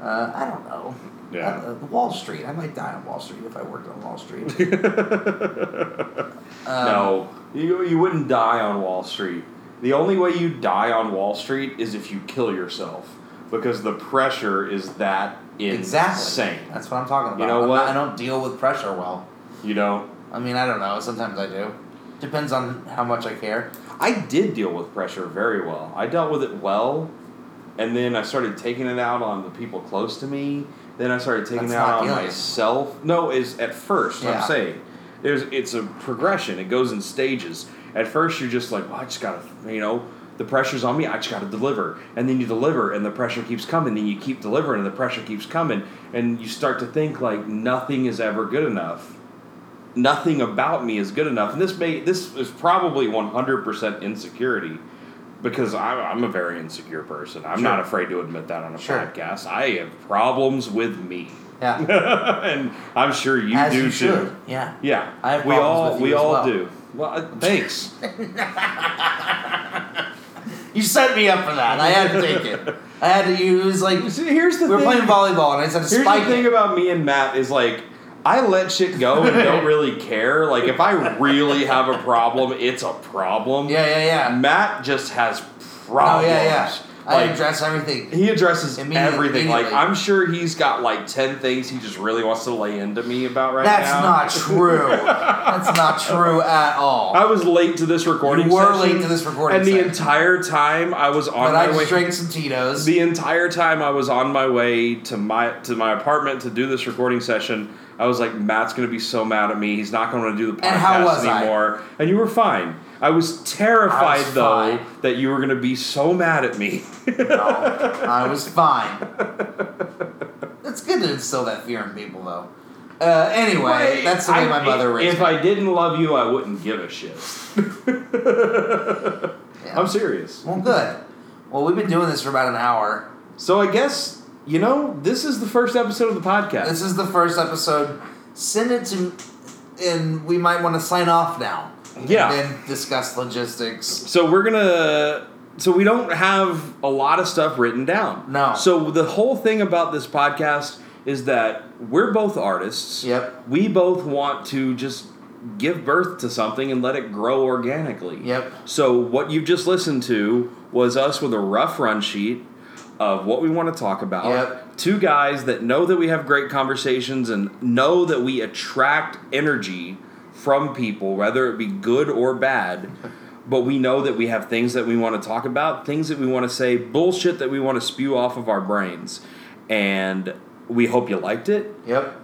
[SPEAKER 1] uh, I don't know.
[SPEAKER 2] Yeah.
[SPEAKER 1] Uh, Wall Street. I might die on Wall Street if I worked on Wall
[SPEAKER 2] <laughs>
[SPEAKER 1] Street. Um,
[SPEAKER 2] no, you you wouldn't die on Wall Street. The only way you die on Wall Street is if you kill yourself because the pressure is that insane.
[SPEAKER 1] Exactly. That's what I'm talking about.
[SPEAKER 2] You know
[SPEAKER 1] I'm
[SPEAKER 2] what?
[SPEAKER 1] not- I don't deal with pressure well.
[SPEAKER 2] You know,
[SPEAKER 1] I mean, I don't know. Sometimes I do. Depends on how much I care.
[SPEAKER 2] I did deal with pressure very well. I dealt with it well, and then I started taking it out on the people close to me. Then I started taking
[SPEAKER 1] That's
[SPEAKER 2] it out
[SPEAKER 1] not
[SPEAKER 2] on
[SPEAKER 1] dealing.
[SPEAKER 2] myself. No, is at first
[SPEAKER 1] Yeah.
[SPEAKER 2] I'm saying there's it's a progression. It goes in stages. At first, you're just like, well, I just gotta, you know, the pressure's on me. I just gotta deliver, and then you deliver, and the pressure keeps coming, and you keep delivering, and the pressure keeps coming, and you start to think like nothing is ever good enough nothing about me is good enough. And this may this is probably one hundred percent insecurity because I'm, I'm a very insecure person. I'm not afraid to admit that on a
[SPEAKER 1] Sure.
[SPEAKER 2] podcast. I have problems with me, <laughs>
[SPEAKER 1] Yeah.
[SPEAKER 2] and I'm sure you
[SPEAKER 1] As
[SPEAKER 2] do
[SPEAKER 1] you
[SPEAKER 2] too.
[SPEAKER 1] should. Yeah.
[SPEAKER 2] Yeah,
[SPEAKER 1] I have
[SPEAKER 2] we
[SPEAKER 1] problems
[SPEAKER 2] all
[SPEAKER 1] with you
[SPEAKER 2] we
[SPEAKER 1] as
[SPEAKER 2] all
[SPEAKER 1] well.
[SPEAKER 2] do. Well, I- thanks.
[SPEAKER 1] You set me up for that. I had to take it. I had to use like
[SPEAKER 2] See, <laughs> here's the
[SPEAKER 1] we were
[SPEAKER 2] thing.
[SPEAKER 1] playing volleyball and I just had to
[SPEAKER 2] Here's
[SPEAKER 1] spike
[SPEAKER 2] the thing
[SPEAKER 1] it.
[SPEAKER 2] about me and Matt is like I let shit go and <laughs> don't really care. Like if I really have a problem, it's a problem.
[SPEAKER 1] Yeah, yeah, yeah.
[SPEAKER 2] Matt just has
[SPEAKER 1] Oh
[SPEAKER 2] problems.
[SPEAKER 1] yeah, yeah. I
[SPEAKER 2] Like,
[SPEAKER 1] address everything.
[SPEAKER 2] He addresses
[SPEAKER 1] Immediate-
[SPEAKER 2] everything. Like
[SPEAKER 1] immediately.
[SPEAKER 2] I'm sure he's got like ten things he just really wants to lay into me about right
[SPEAKER 1] That's
[SPEAKER 2] now.
[SPEAKER 1] not true. That's
[SPEAKER 2] <laughs>
[SPEAKER 1] not true at all.
[SPEAKER 2] I was late to this recording.
[SPEAKER 1] You were
[SPEAKER 2] session,
[SPEAKER 1] late to this recording
[SPEAKER 2] and the
[SPEAKER 1] session.
[SPEAKER 2] entire time I was on
[SPEAKER 1] But
[SPEAKER 2] my
[SPEAKER 1] I just
[SPEAKER 2] way.
[SPEAKER 1] drank some Tito's.
[SPEAKER 2] the entire time I was on my way to my to my apartment to do this recording session, I was like, Matt's gonna be so mad at me. He's not gonna do the podcast
[SPEAKER 1] And how was I?
[SPEAKER 2] anymore. And you were fine. I was terrified
[SPEAKER 1] I was
[SPEAKER 2] though
[SPEAKER 1] fine.
[SPEAKER 2] that you were gonna be so mad at me.
[SPEAKER 1] No, I was fine. It's good to instill that fear in people, though. Uh, anyway,
[SPEAKER 2] Right.
[SPEAKER 1] that's the way
[SPEAKER 2] I-
[SPEAKER 1] my mother raised
[SPEAKER 2] If
[SPEAKER 1] me.
[SPEAKER 2] I didn't love you, I wouldn't give a shit.
[SPEAKER 1] Yeah.
[SPEAKER 2] I'm serious.
[SPEAKER 1] well, good. Well, we've been doing this for about an hour.
[SPEAKER 2] So I guess you know this is the first episode of the podcast.
[SPEAKER 1] This is the first episode. Send it to, and we might want to sign off now.
[SPEAKER 2] Yeah.
[SPEAKER 1] And then discuss logistics.
[SPEAKER 2] so we're gonna. So we don't have a lot of stuff written down.
[SPEAKER 1] No.
[SPEAKER 2] So the whole thing about this podcast is that we're both artists.
[SPEAKER 1] Yep.
[SPEAKER 2] We both want to just give birth to something and let it grow organically.
[SPEAKER 1] Yep.
[SPEAKER 2] So what you've just listened to was us with a rough run sheet of what we want to talk about.
[SPEAKER 1] Yep.
[SPEAKER 2] Two guys that know that we have great conversations and know that we attract energy from people, whether it be good or bad. But we know that we have things that we want to talk about, things that we want to say, bullshit that we want to spew off of our brains. And we hope you liked it.
[SPEAKER 1] Yep.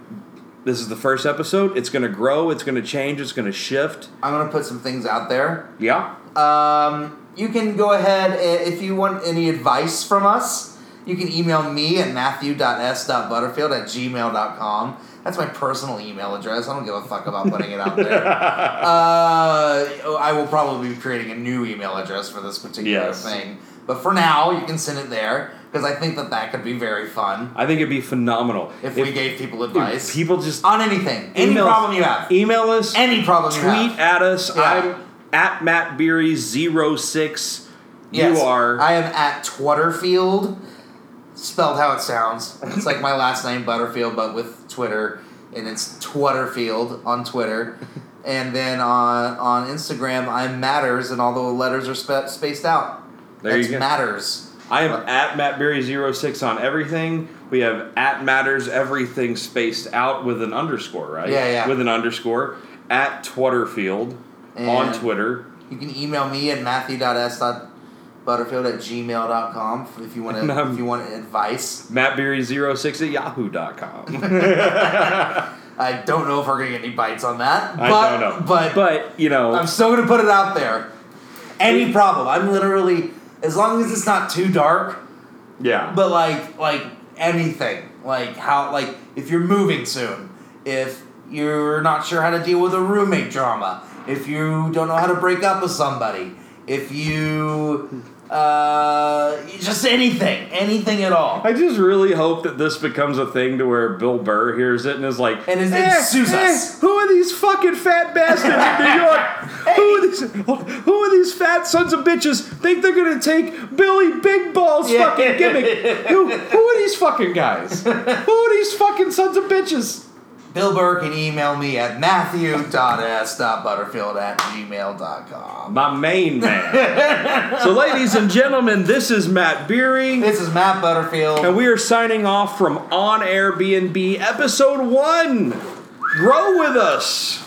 [SPEAKER 2] This is the first episode. It's going to grow, it's going to change, it's going to shift.
[SPEAKER 1] I'm gonna put some things out there.
[SPEAKER 2] Yeah.
[SPEAKER 1] Um, you can go ahead i- if you want any advice from us. You can email me at matthew.s.butterfield at gmail.com. That's my personal email address. I don't give a fuck about putting it out
[SPEAKER 2] <laughs>
[SPEAKER 1] there. uh, I will probably be creating a new email address for this particular
[SPEAKER 2] Yes.
[SPEAKER 1] thing. But for now, you can send it there because I think that that could be very fun
[SPEAKER 2] I think it'd be phenomenal
[SPEAKER 1] if, we gave people
[SPEAKER 2] Dude,
[SPEAKER 1] advice
[SPEAKER 2] people just
[SPEAKER 1] on anything, any
[SPEAKER 2] email us-
[SPEAKER 1] problem you have,
[SPEAKER 2] Email us.
[SPEAKER 1] any problem you have.
[SPEAKER 2] tweet at us.
[SPEAKER 1] Yeah.
[SPEAKER 2] I'm at Matt Beery 06.
[SPEAKER 1] Yes,
[SPEAKER 2] You are.
[SPEAKER 1] I am at Twitterfield, spelled how it sounds. It's like my last name Butterfield, but with Twitter, and it's Twitterfield on Twitter. And then on on Instagram, I'm Matters, and all the letters are spa spaced out.
[SPEAKER 2] There you
[SPEAKER 1] That's
[SPEAKER 2] go.
[SPEAKER 1] Matters.
[SPEAKER 2] I am at Matt Beery 06 on everything. We have at matters everything spaced out with an underscore, right?
[SPEAKER 1] Yeah, yeah.
[SPEAKER 2] With an underscore. At Twitterfield on
[SPEAKER 1] And-
[SPEAKER 2] Twitter.
[SPEAKER 1] You can email me at matthew.s. Butterfield at gmail.com if you want
[SPEAKER 2] And
[SPEAKER 1] to,
[SPEAKER 2] <laughs> I'm-
[SPEAKER 1] if you want advice.
[SPEAKER 2] MattBeery06
[SPEAKER 1] <laughs>
[SPEAKER 2] at yahoo.com.
[SPEAKER 1] I don't know if we're gonna get any bites on that. But,
[SPEAKER 2] I don't know.
[SPEAKER 1] But,
[SPEAKER 2] But, you know,
[SPEAKER 1] I'm still gonna put it out there. Any problem? I'm literally as long as it's not too dark.
[SPEAKER 2] yeah.
[SPEAKER 1] But like like anything, like how like if you're moving soon, if you're not sure how to deal with a roommate drama, if you don't know how to break up with somebody, if you uh just anything, anything at all.
[SPEAKER 2] I just really hope that this becomes a thing to where Bill Burr hears it and is like, "Eh,
[SPEAKER 1] And is- and sues us."
[SPEAKER 2] Who are these fucking fat bastards in
[SPEAKER 1] <laughs>
[SPEAKER 2] New York? Who are these? Who are these fat sons of bitches? Think they're gonna take Billy Big Balls
[SPEAKER 1] Yeah.
[SPEAKER 2] fucking gimmick? who, who are these fucking guys? Who are these fucking sons of bitches?
[SPEAKER 1] Bill Burr can email me at matthew.s.butterfield at gmail.com.
[SPEAKER 2] My main
[SPEAKER 1] <laughs>
[SPEAKER 2] man. so, ladies and gentlemen, this is Matt Beery.
[SPEAKER 1] This is Matt Butterfield.
[SPEAKER 2] And we are signing off from On Airbnb episode one. Grow with us.